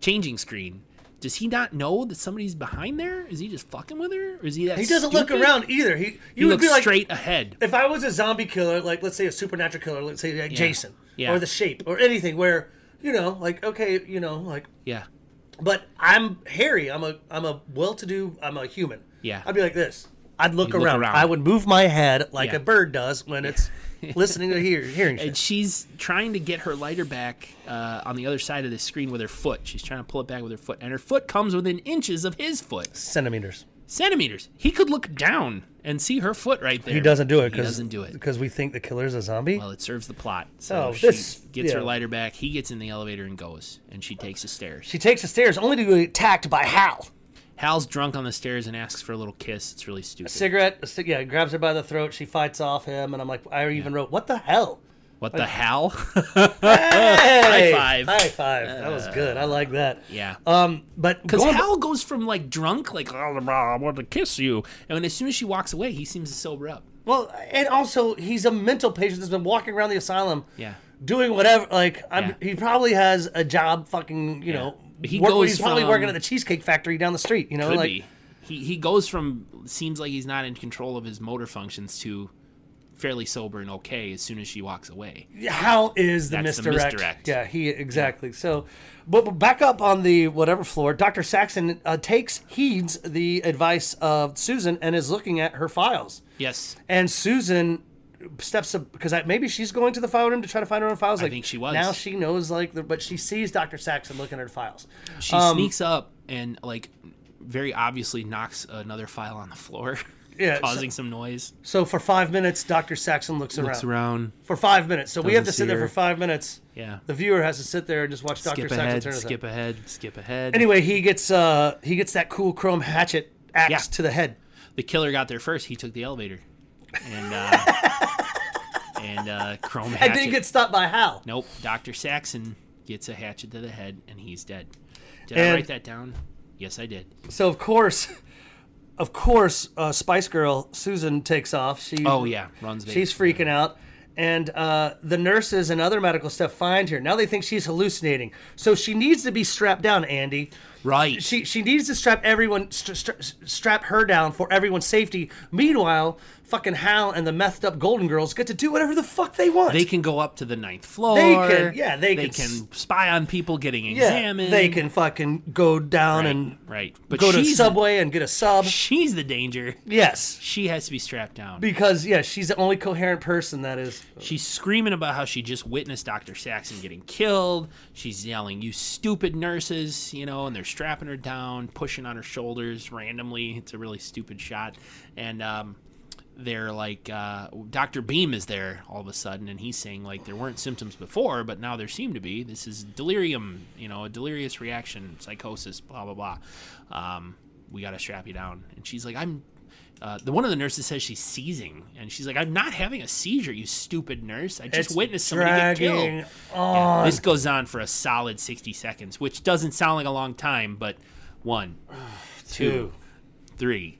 changing screen. Does he not know that somebody's behind there? Is he just fucking with her, or is he that? He doesn't look stupid? around either. He you He would looks be like straight ahead. if I was a zombie killer, like let's say a supernatural killer, let's say like Jason Yeah. or the Shape or anything, where you know, like okay, you know, like Yeah. but I'm Harry. I'm a I'm a well-to-do. I'm a human. Yeah. I'd be like this. I'd look, look around. around. I would move my head like Yeah. a bird does when it's listening to hear hearing And shit. she's trying to get her lighter back uh, on the other side of the screen with her foot. She's trying to pull it back with her foot, and her foot comes within inches of his foot. Centimeters. Centimeters. He could look down and see her foot right there. He doesn't do it. He 'cause- doesn't do it. because we think the killer's a zombie. Well, it serves the plot. So Oh, she this- gets her yeah. lighter back. He gets in the elevator and goes, and she takes the stairs. she takes the stairs only to be attacked by Hal. Hal's drunk on the stairs and asks for a little kiss. It's really stupid. Cigarette. a cig- Yeah, grabs her by the throat. She fights off him, and I'm like, I even wrote, "What the hell?" What the Hal? Hey! five. High five. that was good. I like that. yeah. Um, but Because going- Hal goes from like drunk, like "Oh, I want to kiss you, and when- as soon as she walks away, he seems to sober up. Well, and also he's a mental patient that's been walking around the asylum, Yeah. doing whatever. Like I'm, Yeah. he probably has a job, fucking you know. But he work- goes he's probably from- working at the cheesecake factory down the street. You know, Could like be. He he goes from seems like he's not in control of his motor functions to fairly sober and okay as soon as she walks away. how is the That's the misdirect? misdirect. Yeah, he exactly. So, but, but back up on the whatever floor, Doctor Saxon uh, takes heeds the advice of Susan and is looking at her files. Yes, And Susan steps up because I, maybe she's going to the file room to try to find her own files. Like think she was. Now she Um, knows, like, the, but she sees Doctor Saxon looking at her files. she sneaks up and like very obviously knocks another file on the floor, Yeah, causing some noise. So for five minutes, Dr. Saxon looks around. Looks around. For five minutes. So we have to sit Doesn't there see for her. five minutes. Yeah. The viewer has to sit there and just watch Dr. Skip Saxon ahead, turn his head. skip ahead, skip ahead. Anyway, he gets uh he gets that cool chrome hatchet axe Yeah. to the head. the killer got there first. He took the elevator, and uh, and uh, Chrome hatchet. And didn't get stopped by Hal. nope. Doctor Saxon gets a hatchet to the head, and he's dead. Did I And- write that down? Yes, I did. So of course, of course, uh, Spice Girl Susan takes off. She Oh yeah, runs. Baby. she's freaking out. And uh, the nurses and other medical staff find her. Now they think she's hallucinating. So she needs to be strapped down, Andy. right. She she needs to strap everyone stra- stra- strap her down for everyone's safety. Meanwhile, fucking Hal and the methed up Golden Girls get to do whatever the fuck they want. they can go up to the ninth floor. can- yeah, they they can can, s- spy on people getting yeah, examined. they can fucking go down and right, but go to she's Subway and get a sub. she's the danger. Yes, She has to be strapped down. because yeah, she's the only coherent person that is. She's screaming about how she just witnessed Dr. Saxon getting killed. She's yelling, You stupid nurses, you know, and they're strapping her down, pushing on her shoulders randomly. It's a really stupid shot. And, um, they're like uh, Dr. Beam is there all of a sudden, and he's saying like there weren't symptoms before, but now there seem to be. This is delirium, you know, a delirious reaction, psychosis, blah blah blah. Um, we gotta strap you down. And she's like, I'm. Uh, the one of the nurses says she's seizing, and she's like, "I'm not having a seizure, you stupid nurse. I just It's witnessed somebody get dragging killed." on. This goes on for a solid 60 seconds, which doesn't sound like a long time, but one, two, three,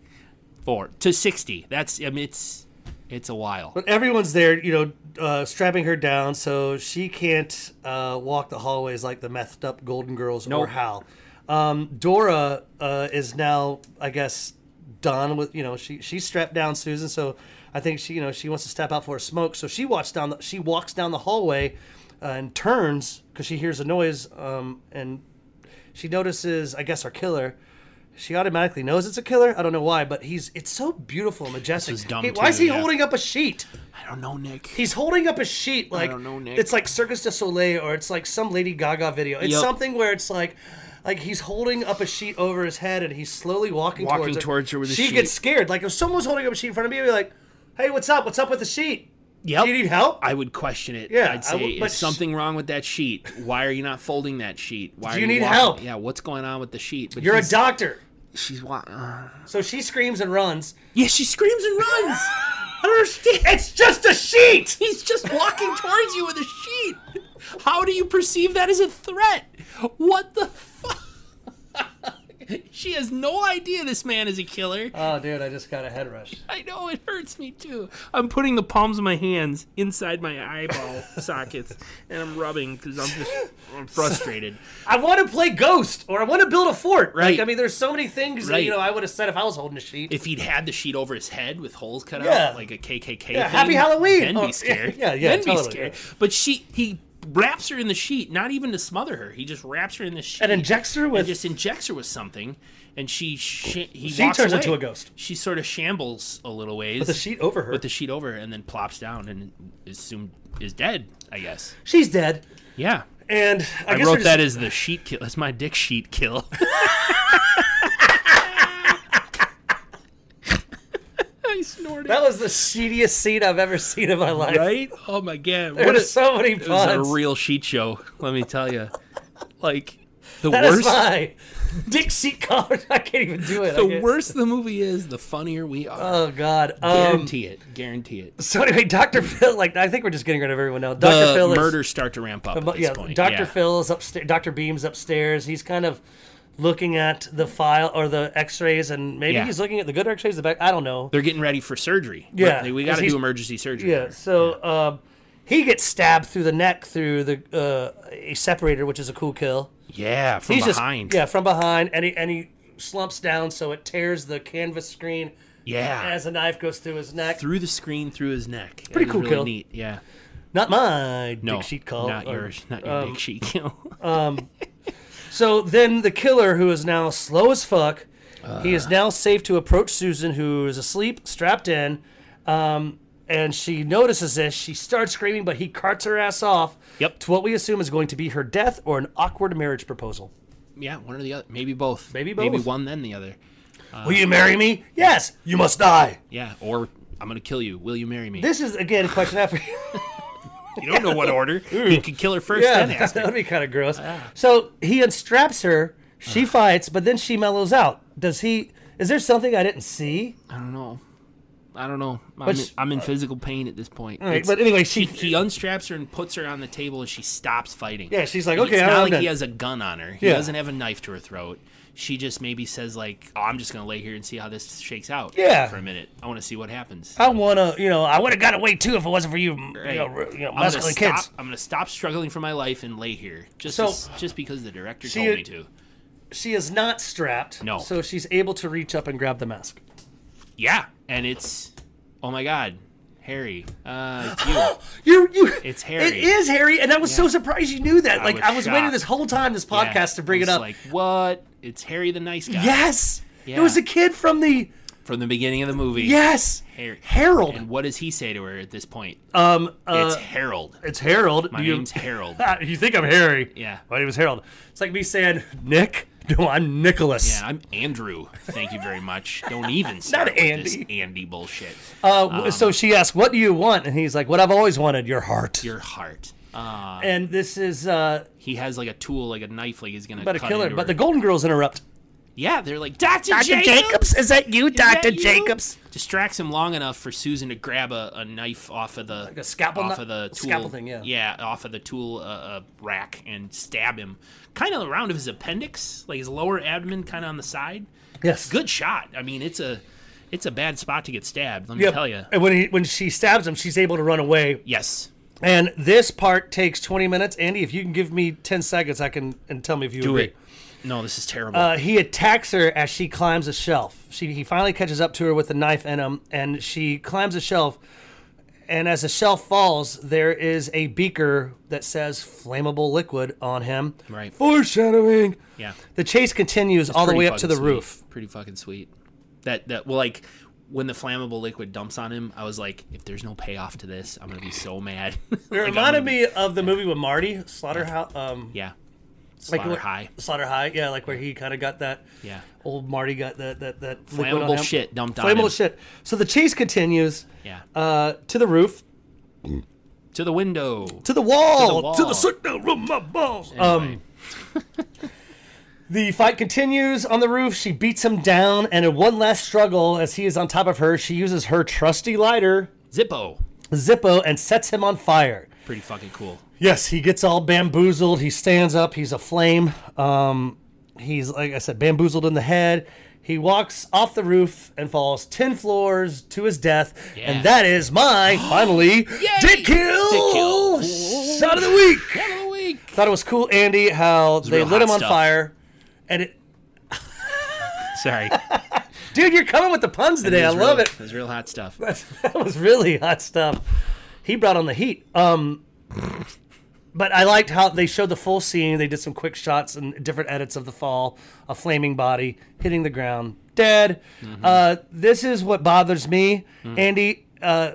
four to 60. That's I mean it's it's a while. But everyone's there, you know, uh, strapping her down so she can't uh, walk the hallways like the methed up Golden Girls or Nope. Hal. Um, Dora uh, is now, I guess, done with you know she she's strapped down Susan, so I think she you know she wants to step out for a smoke, so she walks down the, she walks down the hallway uh, and turns because she hears a noise um, and she notices I guess our killer. She automatically knows it's a killer. I don't know why, but he's it's so beautiful and majestic. was dumb Hey, why is too, he yeah. holding up a sheet? I don't know, Nick. He's holding up a sheet like don't know, Nick. it's like Circus du Soleil or it's like some Lady Gaga video. It's Yep. something where it's like like he's holding up a sheet over his head and he's slowly walking, Walking towards, it. towards her with a she sheet. gets scared. Like if someone's holding up a sheet in front of me, I'd be like, "Hey, what's up? What's up with the sheet? Do you Yep. need help? I would question it. Yeah, I'd I say would- but is sh- something wrong with that sheet? Why are you not folding that sheet? Why Do are you need walking- help? Yeah, what's going on with the sheet? But You're a he's- doctor." She's wa- uh. So she screams and runs. Yeah, she screams and runs. I don't understand. It's just a sheet. He's just walking towards you with a sheet. How do you perceive that as a threat? What the fuck? she has no idea this man is a killer. Oh, dude, I just got a head rush. I know it hurts me too. I'm putting the palms of my hands inside my eyeball sockets and I'm rubbing because I'm just I'm frustrated. I want to play Ghost or I want to build a fort. Like, Right. I mean, there's so many things that Right. you know I would have said if I was holding a sheet. If he'd had the sheet over his head with holes cut Yeah. out, like a KKK, Yeah, thing, Happy Halloween. then Oh, yeah, be scared. yeah, yeah, then totally, be scared. But she, he wraps her in the sheet, not even to smother her. He just wraps her in the sheet and injects her and with just injects her with something, and she sh- he She walks turns away. into a ghost. She sort of shambles a little ways the sheet over her. with the sheet over, her and then plops down and is assumed is dead. I guess. She's dead. Yeah, And I, I, guess wrote we're just- that as the sheet kill. That's my dick sheet kill. I snorted. That was the shittiest scene I've ever seen in my life. right? Oh my god! There What were a, so many it was a puns. real sheet show. Let me tell you, like the That is worst. my Dixie collar. I can't even do it. I The can't- worse the movie is, the funnier we are. Oh God. Um, guarantee it. Guarantee it. so anyway, Doctor Phil. Like I think we're just getting rid of everyone now. Doctor The Phil. murders start to ramp up at Is, this yeah. point. Doctor yeah. Phil is upstairs. Doctor Beam's upstairs. He's kind of looking at the file or the X-rays, and maybe Yeah. he's looking at the good X-rays. The back. I don't know. They're getting ready for surgery. Yeah, They- we 'cause got to he's- do emergency surgery. Yeah. So um, he gets stabbed through the neck through the uh, a separator, which is a cool kill. Yeah, from He's just- behind. yeah, from behind, and he and he slumps down, so it tears the canvas screen yeah. as a knife goes through his neck. through the screen, through his neck. That Pretty was cool really kill. Neat. Yeah. Not my No. dick sheet call. Not or- yours. Not your dick sheet kill. So then the killer, who is now slow as fuck, he is now safe to approach Susan, who is asleep, strapped in, um, and she notices this. She starts screaming, but he carts her ass off Yep. to what we assume is going to be her death or an awkward marriage proposal. yeah, one or the other, maybe both, Maybe maybe both. one then the other. Uh. Will you marry me? Yes. You must die. Yeah, or I'm gonna kill you. Will you marry me? This is again a question after. you don't know what order. He could kill her first, then ask her. that'd be kind of gross. So he unstraps her. Uh. She fights, but then she mellows out. Does he? Is there something I didn't see? I don't know. I don't know. I'm, in, Which- I'm in physical pain at this point. right, It's- but anyway, she- he unstraps her and puts her on the table, and she stops fighting. Yeah, she's like, And "Okay, it's not I'm like done." he has a gun on her. He Yeah. doesn't have a knife to her throat. She just maybe says like, "Oh, I'm just gonna lay here and see how this shakes out. Yeah. for a minute. I want to see what happens. I wanna, you know, I would have got away too if it wasn't for you, you Right. know, r- you know, I'm gonna masculine stop. kids. I'm gonna stop struggling for my life and lay here just So- as- just because the director See, told me to. She is not strapped. No. So she's able to reach up and grab the mask. Yeah, and it's, oh my god, Harry, uh, it's you. You, you, It's Harry. It is Harry, and I was so surprised you knew that. Like was I was waiting shocked. this whole time, this Yeah, podcast, to bring it it's up. Like what? It's Harry the Nice Guy. yes, Yeah. it was a kid from the From the beginning of the movie. yes Harry. Harold. And what does he say to her at this point? um, uh, it's Harold. it's Harold. My Do you- name's Harold. Ah, you think I'm Harry? Yeah. My name is Harold. It's like me saying Nick. No, I'm Nicholas. Yeah, I'm Andrew. Thank you very much. Don't even start Not with this Andy. Andy bullshit. Uh, w so she asked, "What do you want?" And he's like, "What I've always wanted, your heart." Um, Your heart. Uh, and this is uh, he has like a tool, like a knife, like he's gonna about a cut killer. into But her. the Golden Girls interrupt. yeah, they're like Doctor is that you, that you?" distracts him long enough for Susan to grab a, a knife off of the a scalpel off kni- of the tool, scalpel thing, yeah. off of the tool uh, uh, rack and stab him, kind of around of his appendix, like his lower abdomen, kind of on the side. Yes, Good shot. I mean, it's a it's a bad spot to get stabbed. Let me Yep. tell you. And when he when she stabs him, she's able to run away. Yes, And this part takes twenty minutes. Andy, if you can give me ten seconds, I can and tell me if you do agree. it. No, this is terrible. Uh, he attacks her as she climbs a shelf. She he finally catches up to her with a knife in him, and she climbs a shelf. And as the shelf falls, there is a beaker that says "flammable liquid" on him. Right. Foreshadowing. yeah, The chase continues all the Pretty way up to fucking the sweet. roof. Pretty fucking sweet. That that well, like when the flammable liquid dumps on him, I was like, if there's no payoff to this, I'm gonna be so mad. It reminded me of the movie with Marty Slaughterhouse. Um, Yeah. like Slaughter what- high. Slaughter High. Yeah, like where he kind of got that. Yeah. Old Marty got that that that liquid on Flammable him. shit dumped on him. Flammable shit. So the chase continues Yeah. uh, to the roof. to the window. to the wall, To the wall. signal room, my balls. Um, the fight continues on the roof. She beats him down, and in one last struggle, as he is on top of her, she uses her trusty lighter, Zippo. Zippo, and sets him on fire. Pretty fucking cool. Yes, he gets all bamboozled. He stands up. He's aflame. Um, he's like I said, bamboozled in the head. He walks off the roof and falls ten floors to his death. Yeah. And that is my finally dick kill, Dick kill. shot of the week. Have a week. Thought it was cool, Andy, how they real lit hot him on stuff. fire. And it, Sorry. dude, you're coming with the puns today. I love it. It's real hot stuff. That was really hot stuff. He brought on the heat. Um, but I liked how they showed the full scene. They did some quick shots and different edits of the fall, a flaming body hitting the ground, dead. Uh, this is what bothers me, Andy. Uh,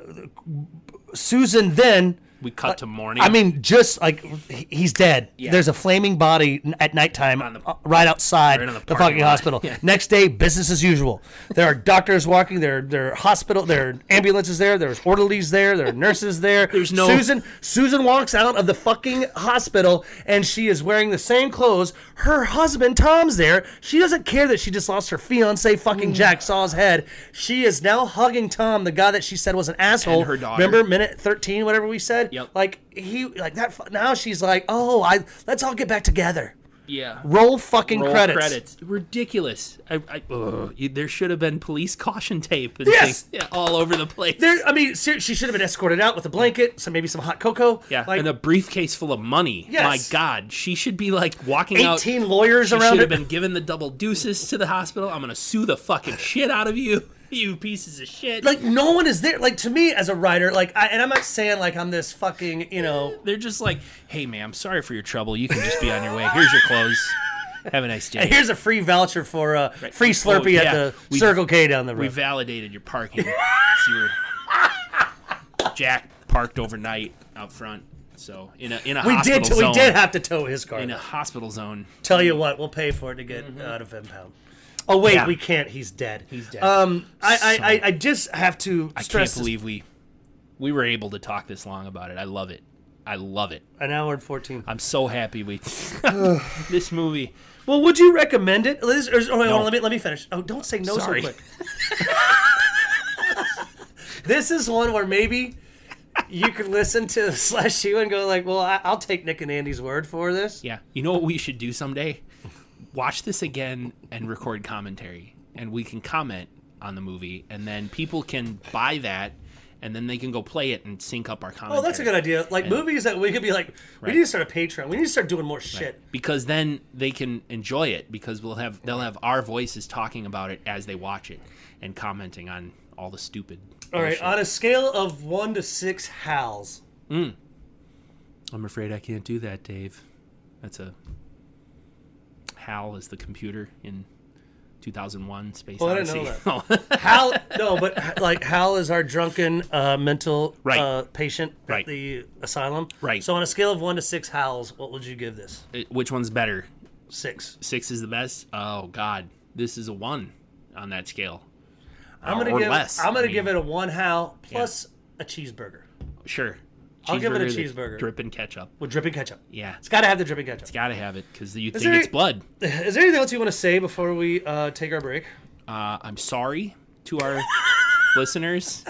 Susan then. We cut to morning. uh, I mean, just like he- he's dead. There's a flaming body n- at nighttime the- uh, right outside right on the, the fucking parking lot. hospital. Next day, business as usual. There are doctors walking. There, there are hospital. There are ambulances there. There's orderlies there. There are nurses there. There's no- Susan. Susan walks out of the fucking hospital and she is wearing the same clothes. Her husband Tom's there. She doesn't care that she just lost her fiance. Fucking Mm. Jack Saw's head. She is now hugging Tom, the guy that she said was an asshole. her daughter. Remember minute 13 whatever we said Yep. like he like that fu- now she's like oh i let's all get back together yeah. roll fucking Roll credits. Ridiculous. I, I, ugh. You- there should have been police caution tape and Yes! things yeah, all over the place. there i mean ser- she should have been escorted out with a blanket some maybe some hot cocoa yeah, like and a briefcase full of money. Yes. My God, she should be like walking out. 18 lawyers She around should it have been given the double deuces to the hospital. I'm gonna sue the fucking shit out of you, you pieces of shit. like no one is there like to me as a writer like I, and i'm not saying like i'm this fucking you know They're just like, hey, ma'am, sorry for your trouble. You can just be on your way. Here's your clothes. Have a nice day. here's a free voucher for uh, free slurpee Oh, yeah. at the We've- circle k down the we road validated your parking. so you were Jack parked overnight out front. So in a in a We hospital did. zone, We did have to tow his car. in a hospital zone. Tell you what, we'll pay for it to get out of impound. Oh wait, Mm-hmm. Yeah. we can't. He's dead. He's dead. Um, I, So- I, I, I just have to I stress this- can't believe we we were able to talk this long about it. I love it. I love it. an hour and fourteen. I'm so happy we this movie. Well, would you recommend it? Liz, or, or, No. let me let me finish. Oh, don't say no Sorry. so quick. this is one where maybe you could listen to slash you and go like, well, I, I'll take Nick and Andy's word for this. Yeah. You know what we should do someday? Watch this again and record commentary, and we can comment on the movie, and then people can buy that, and then they can go play it and sync up our commentary. Oh, that's a good idea. Like movies that we could be like, we Right. need to start a Patreon. We need to start doing more shit. because then they can enjoy it because we'll have they'll have our voices talking about it as they watch it and commenting on all the stupid. All right, bullshit. on a scale of one to six, howls. uh, I'm afraid I can't do that, Dave. That's a HAL is the computer in 2001 Space Oh, I didn't Odyssey. know Oh. Hal, no, but like Hal is our drunken uh, mental Right. uh, patient Right. at the asylum. Right. So on a scale of one to six howls, what would you give this? Uh, Which one's better? Six. Six is the best. Oh God, this is a one on that scale. I'm gonna or give. less. I'm I gonna mean- give it a one howl plus a cheeseburger Sure. I'll give it a that's cheeseburger. Dripping ketchup. with dripping ketchup. Yeah, It's gotta have the dripping ketchup. gotta have it because you think there- it's blood. Is there anything else you want to say before we uh, take our break? Uh, I'm sorry to our listeners.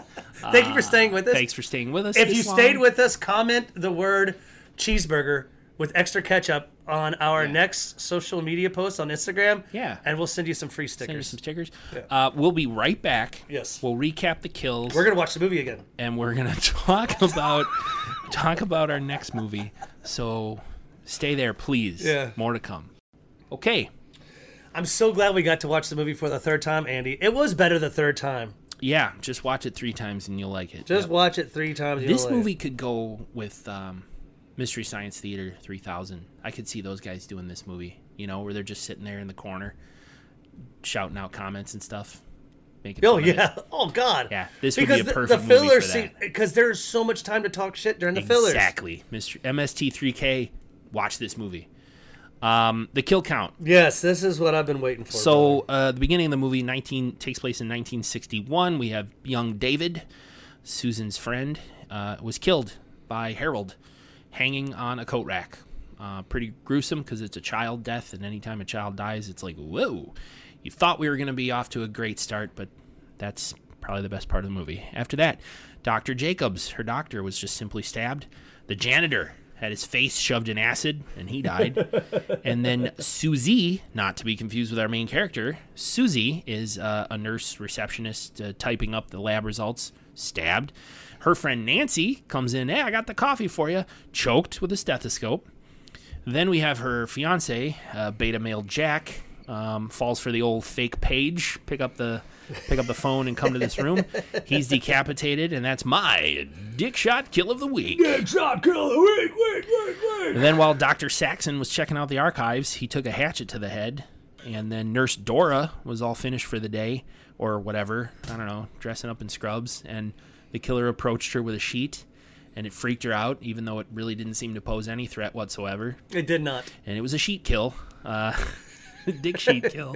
Thank you for staying with us. Ah, Thanks for staying with us. If this you long. stayed with us, comment the word cheeseburger with extra ketchup on our next social media post on Instagram. Yeah. And we'll send you some free Send stickers. us some stickers. Uh, we'll be right back. Yes. We'll recap the kills. We're gonna watch the movie again. and we're gonna talk about talk about our next movie. So stay there, please. Yeah. More to come. Okay. I'm so glad we got to watch the movie for the third time, Andy. It was better the third time. Yeah. Just watch it three times and you'll like it. Just Yep. watch it three times. you'll this like it. movie could go with um, Mystery Science Theater 3000. I could see those guys doing this movie. You know, where they're just sitting there in the corner, shouting out comments and stuff. Making Oh fun of it. yeah. Oh god. Yeah, this would be because a the- perfect the movie filler for scene that. because there's so much time to talk shit during the fillers. Exactly. Mr. MST3K, watch this movie. Um, the kill count. Yes, this is what I've been waiting for. brother. So uh, the beginning of the movie 19 takes place in 1961. We have young David, Susan's friend, uh, was killed by Harold, hanging on a coat rack. Uh, pretty gruesome because it's a child death, and anytime a child dies, it's like whoa. You thought we were going to be off to a great start, but that's probably the best part of the movie. After that, Dr. Jacobs, her doctor, was just simply stabbed. The janitor had his face shoved in acid, and he died. and then Susie, not to be confused with our main character, Susie is uh, a nurse receptionist uh, typing up the lab results, stabbed. Her friend Nancy comes in, hey, I got the coffee for you, choked with a stethoscope. Then we have her fiance, uh, beta male Jack, um, falls for the old fake page. Pick up the pick up the phone and come to this room. He's decapitated, and that's my dick shot kill of the week. And then while Dr. Saxon was checking out the archives, he took a hatchet to the head. And then Nurse Dora was all finished for the day or whatever. I don't know, dressing up in scrubs. And the killer approached her with a sheet and it freaked her out, even though it really didn't seem to pose any threat whatsoever. it did not. And it was a sheet kill. Uh, dick sheet kill.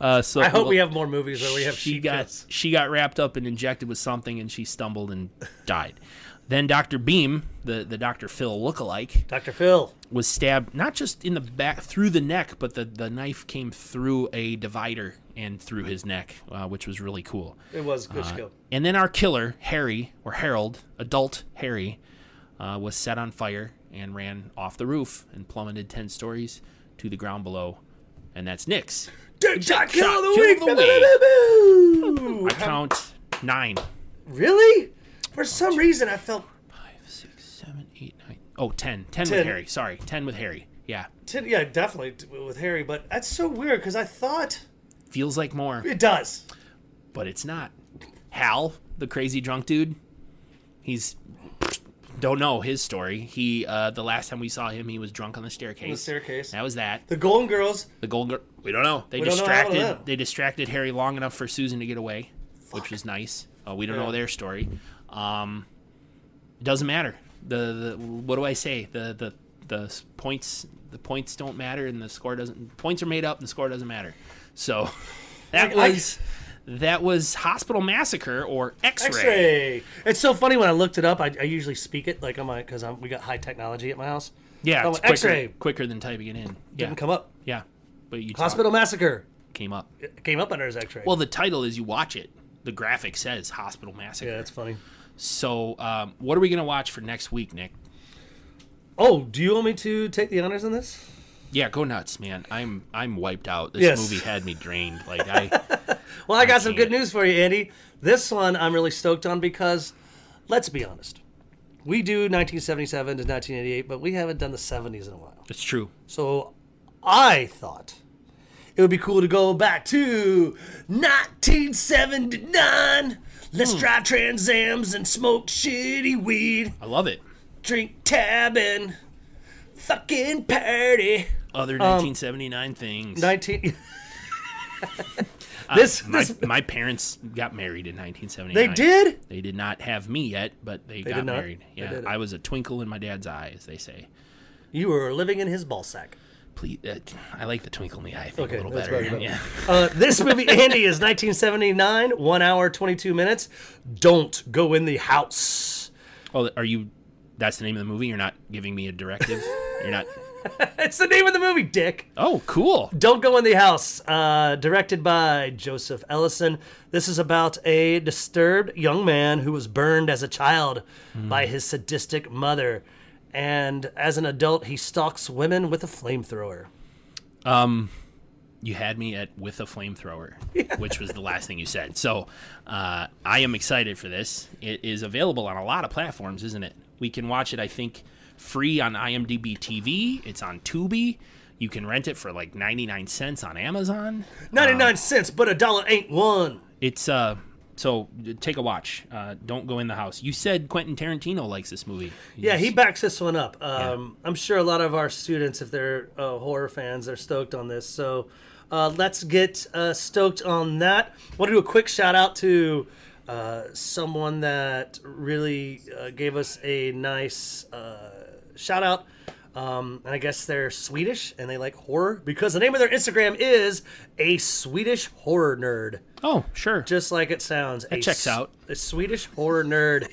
Uh, so I hope we have more movies where we have she sheep got kills. she got wrapped up and injected with something and she stumbled and died. Then Dr. Beam, the, the Dr. Phil lookalike, Dr. Phil. was stabbed not just in the back through the neck, but the, the knife came through a divider and through his neck, uh, which was really cool. It was good Uh, skill. And then our killer, Harry or Harold, adult Harry, uh, was set on fire and ran off the roof and plummeted 10 stories to the ground below. And that's Nick's. Dick shot kill shot of the kill week. of the Boo-boo-boo-boo. I count nine. Really? For some reason, I felt Five, six, seven, eight, nine. Oh, 10. 10 with Ten. Harry. Sorry. 10 with Harry. Yeah. ten, yeah, definitely t- with Harry, but that's so weird because I thought Feels like more. it does. but it's not. Hal, the crazy drunk dude, he's don't know his story. He uh, the last time we saw him, he was drunk on the staircase. The staircase. That was that. The Golden Girls. The gold girl. We don't know. They We don't know how to distracted. live. they distracted Harry long enough for Susan to get away, which was nice. Uh, we don't Yeah. know their story. Um, it doesn't matter. the, the what do I say? The the the s- points the points don't matter and the score doesn't points are made up and the score doesn't matter. So that Like, I- was that was Hospital Massacre or X-ray. X-ray. It's so funny when I looked it up. I, I usually speak it like I'm because I'm, we got high technology at my house. Yeah, Oh, it's quicker, X-ray. quicker than typing it in. Yeah, Didn't come up. yeah, but you hospital Hospital massacre came up. It came up under his X-ray. Well, the title is you watch it. The graphic says Hospital Massacre. yeah, that's funny. So, um, what are we gonna watch for next week, Nick? Oh, do you want me to take the honors on this? Yeah, go nuts, man. I'm I'm wiped out. This Yes. movie had me drained. Like I. Well, I got some can't. good news for you, Andy. This one I'm really stoked on because, let's be honest, we do 1977 to 1988, but we haven't done the 70s in a while. It's true. So I thought it would be cool to go back to 1979. Let's drive Trans Ams and smoke shitty weed, I love it. drink tab and fucking party. Other 1979 things. Uh, 19. this my, this my parents got married in 1979. they did. They did not have me yet, but they, got did not? married. They Yeah, did it. I was a twinkle in my dad's eye, as they say. You were living in his ballsack. Please, uh, I like the twinkle in the eye. I think Okay, a little that's better. better. Yeah. Uh, this movie, Andy, is 1979, one hour, 22 minutes. Don't go in the house. Oh, are you? That's the name of the movie. You're not giving me a directive. You're not. It's the name of the movie, Dick. Oh, cool. Don't Go in the House, uh, directed by Joseph Ellison. This is about a disturbed young man who was burned as a child by his sadistic mother. And as an adult, he stalks women with a flamethrower. you had me at with a flamethrower, which was the last thing you said. So uh, I am excited for this. It is available on a lot of platforms, isn't it? We can watch it, I think, free on IMDb TV. It's on Tubi. You can rent it for like 99 cents on Amazon. 99 cents, but a dollar ain't one. It's uh so take a watch. Uh, don't go in the house. You said Quentin Tarantino likes this movie. Yeah, he backs this one up. Um, I'm sure a lot of our students, if they're uh, horror fans, are stoked on this. So uh, let's get uh, stoked on that. want to do a quick shout out to uh, someone that really uh, gave us a nice uh, shout out. Um, and I guess they're Swedish and they like horror because the name of their Instagram is a Swedish horror nerd Oh, sure. just like it sounds. That checks out. A Swedish horror nerd.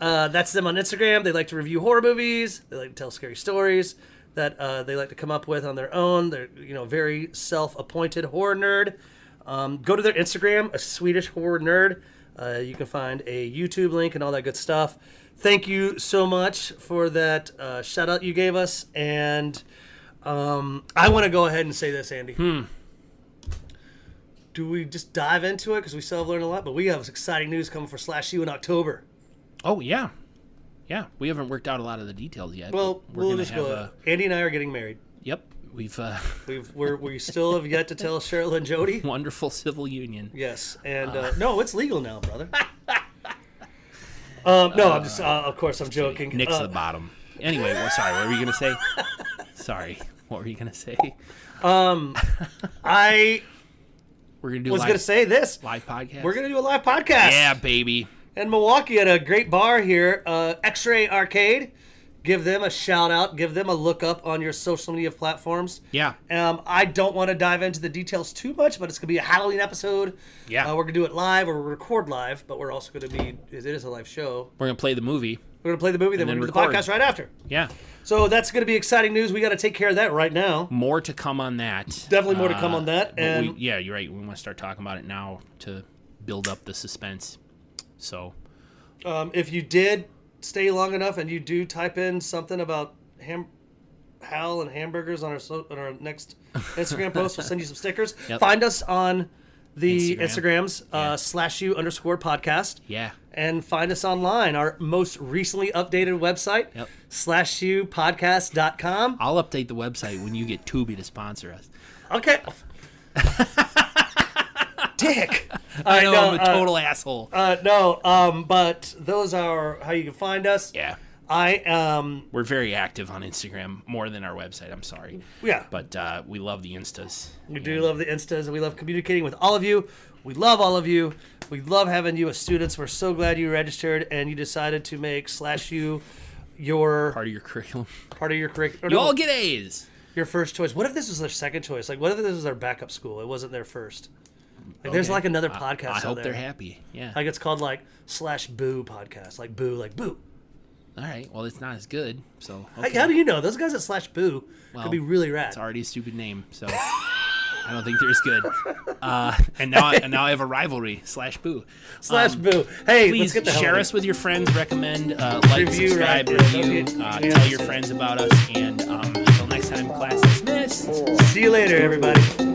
uh, that's them on Instagram. They like to review horror movies. They like to tell scary stories that uh, they like to come up with on their own. They're you know very self-appointed horror nerd. Um, go to their Instagram, a Swedish horror nerd. Uh, you can find a YouTube link and all that good stuff. Thank you so much for that uh, shout out you gave us. And um, I want to go ahead and say this, Andy Hmm. do we just dive into it because we still have learned a lot but we have exciting news coming for slash you in october oh yeah, yeah. We haven't worked out a lot of the details yet. but well we're we'll gonna just have go a- andy and i are getting married Yep, we've. Uh, we've we're, we still have yet to tell cheryl and jody wonderful civil union. yes and uh, no it's legal now brother um, no i'm just uh, of course i'm joking Nick's Uh, the bottom. Anyway, well, sorry. What were you gonna say? sorry. What were you gonna say? i We're gonna do was live, gonna say this live podcast. we're gonna do a live podcast yeah, baby. in Milwaukee at a great bar here, uh, X Ray Arcade. Give them a shout out. Give them a look up on your social media platforms. Yeah. Um, I don't want to dive into the details too much, but it's gonna be a Halloween episode. Yeah. Uh, we're gonna do it live, or we'll record live, but we're also gonna be it is a live show. We're gonna play the movie. We're gonna play the movie, then, then we're gonna do record. the podcast right after. Yeah. So that's gonna be exciting news. We got to take care of that right now. More to come on that. Uh, Definitely more to come on that, but we- and- yeah, you're right. We want to start talking about it now to build up the suspense. So Um, if you did stay long enough and you do type in something about ham, Hal and hamburgers on our so, on our next Instagram post, we'll send you some stickers. Yep. Find us on the Instagram. Instagrams uh, slash you underscore podcast. yeah, And find us online, our most recently updated website, Yep. slash you podcast.com. I'll update the website when you get Tubi to sponsor us. Okay. Dick. I know no, I'm a uh, total asshole. Uh, no, um, but those are how you can find us. yeah. I um, We're very active on Instagram, more than our website. I'm sorry. Yeah. But uh, we love the Instas. We do love the instas and we love communicating with all of you. We love all of you. We love having you as students. We're so glad you registered and you decided to make slash you your part, Part of your curriculum. of your curriculum. You all get A's. your first choice. What if this was their second choice? Like, what if this was their backup school? It wasn't their first. Like, there's Okay. like another I- podcast. I out hope there. they're happy. Yeah. Like it's called like slash boo podcast. Like boo, like boo. all right. Well, it's not as good. So Like, okay. how do you know those guys at slash boo Well, could be really rad? it's already a stupid name. So I don't think they're as good. Uh, and now, I, and now I have a rivalry slash boo. Slash boo. Hey, let's Um, Please get the hell share out of us here. with your friends. Recommend, uh, like, Review, subscribe, right? review. Don't get- Uh, yeah. tell your friends about us. And um, until next time, class dismissed. See you later, everybody.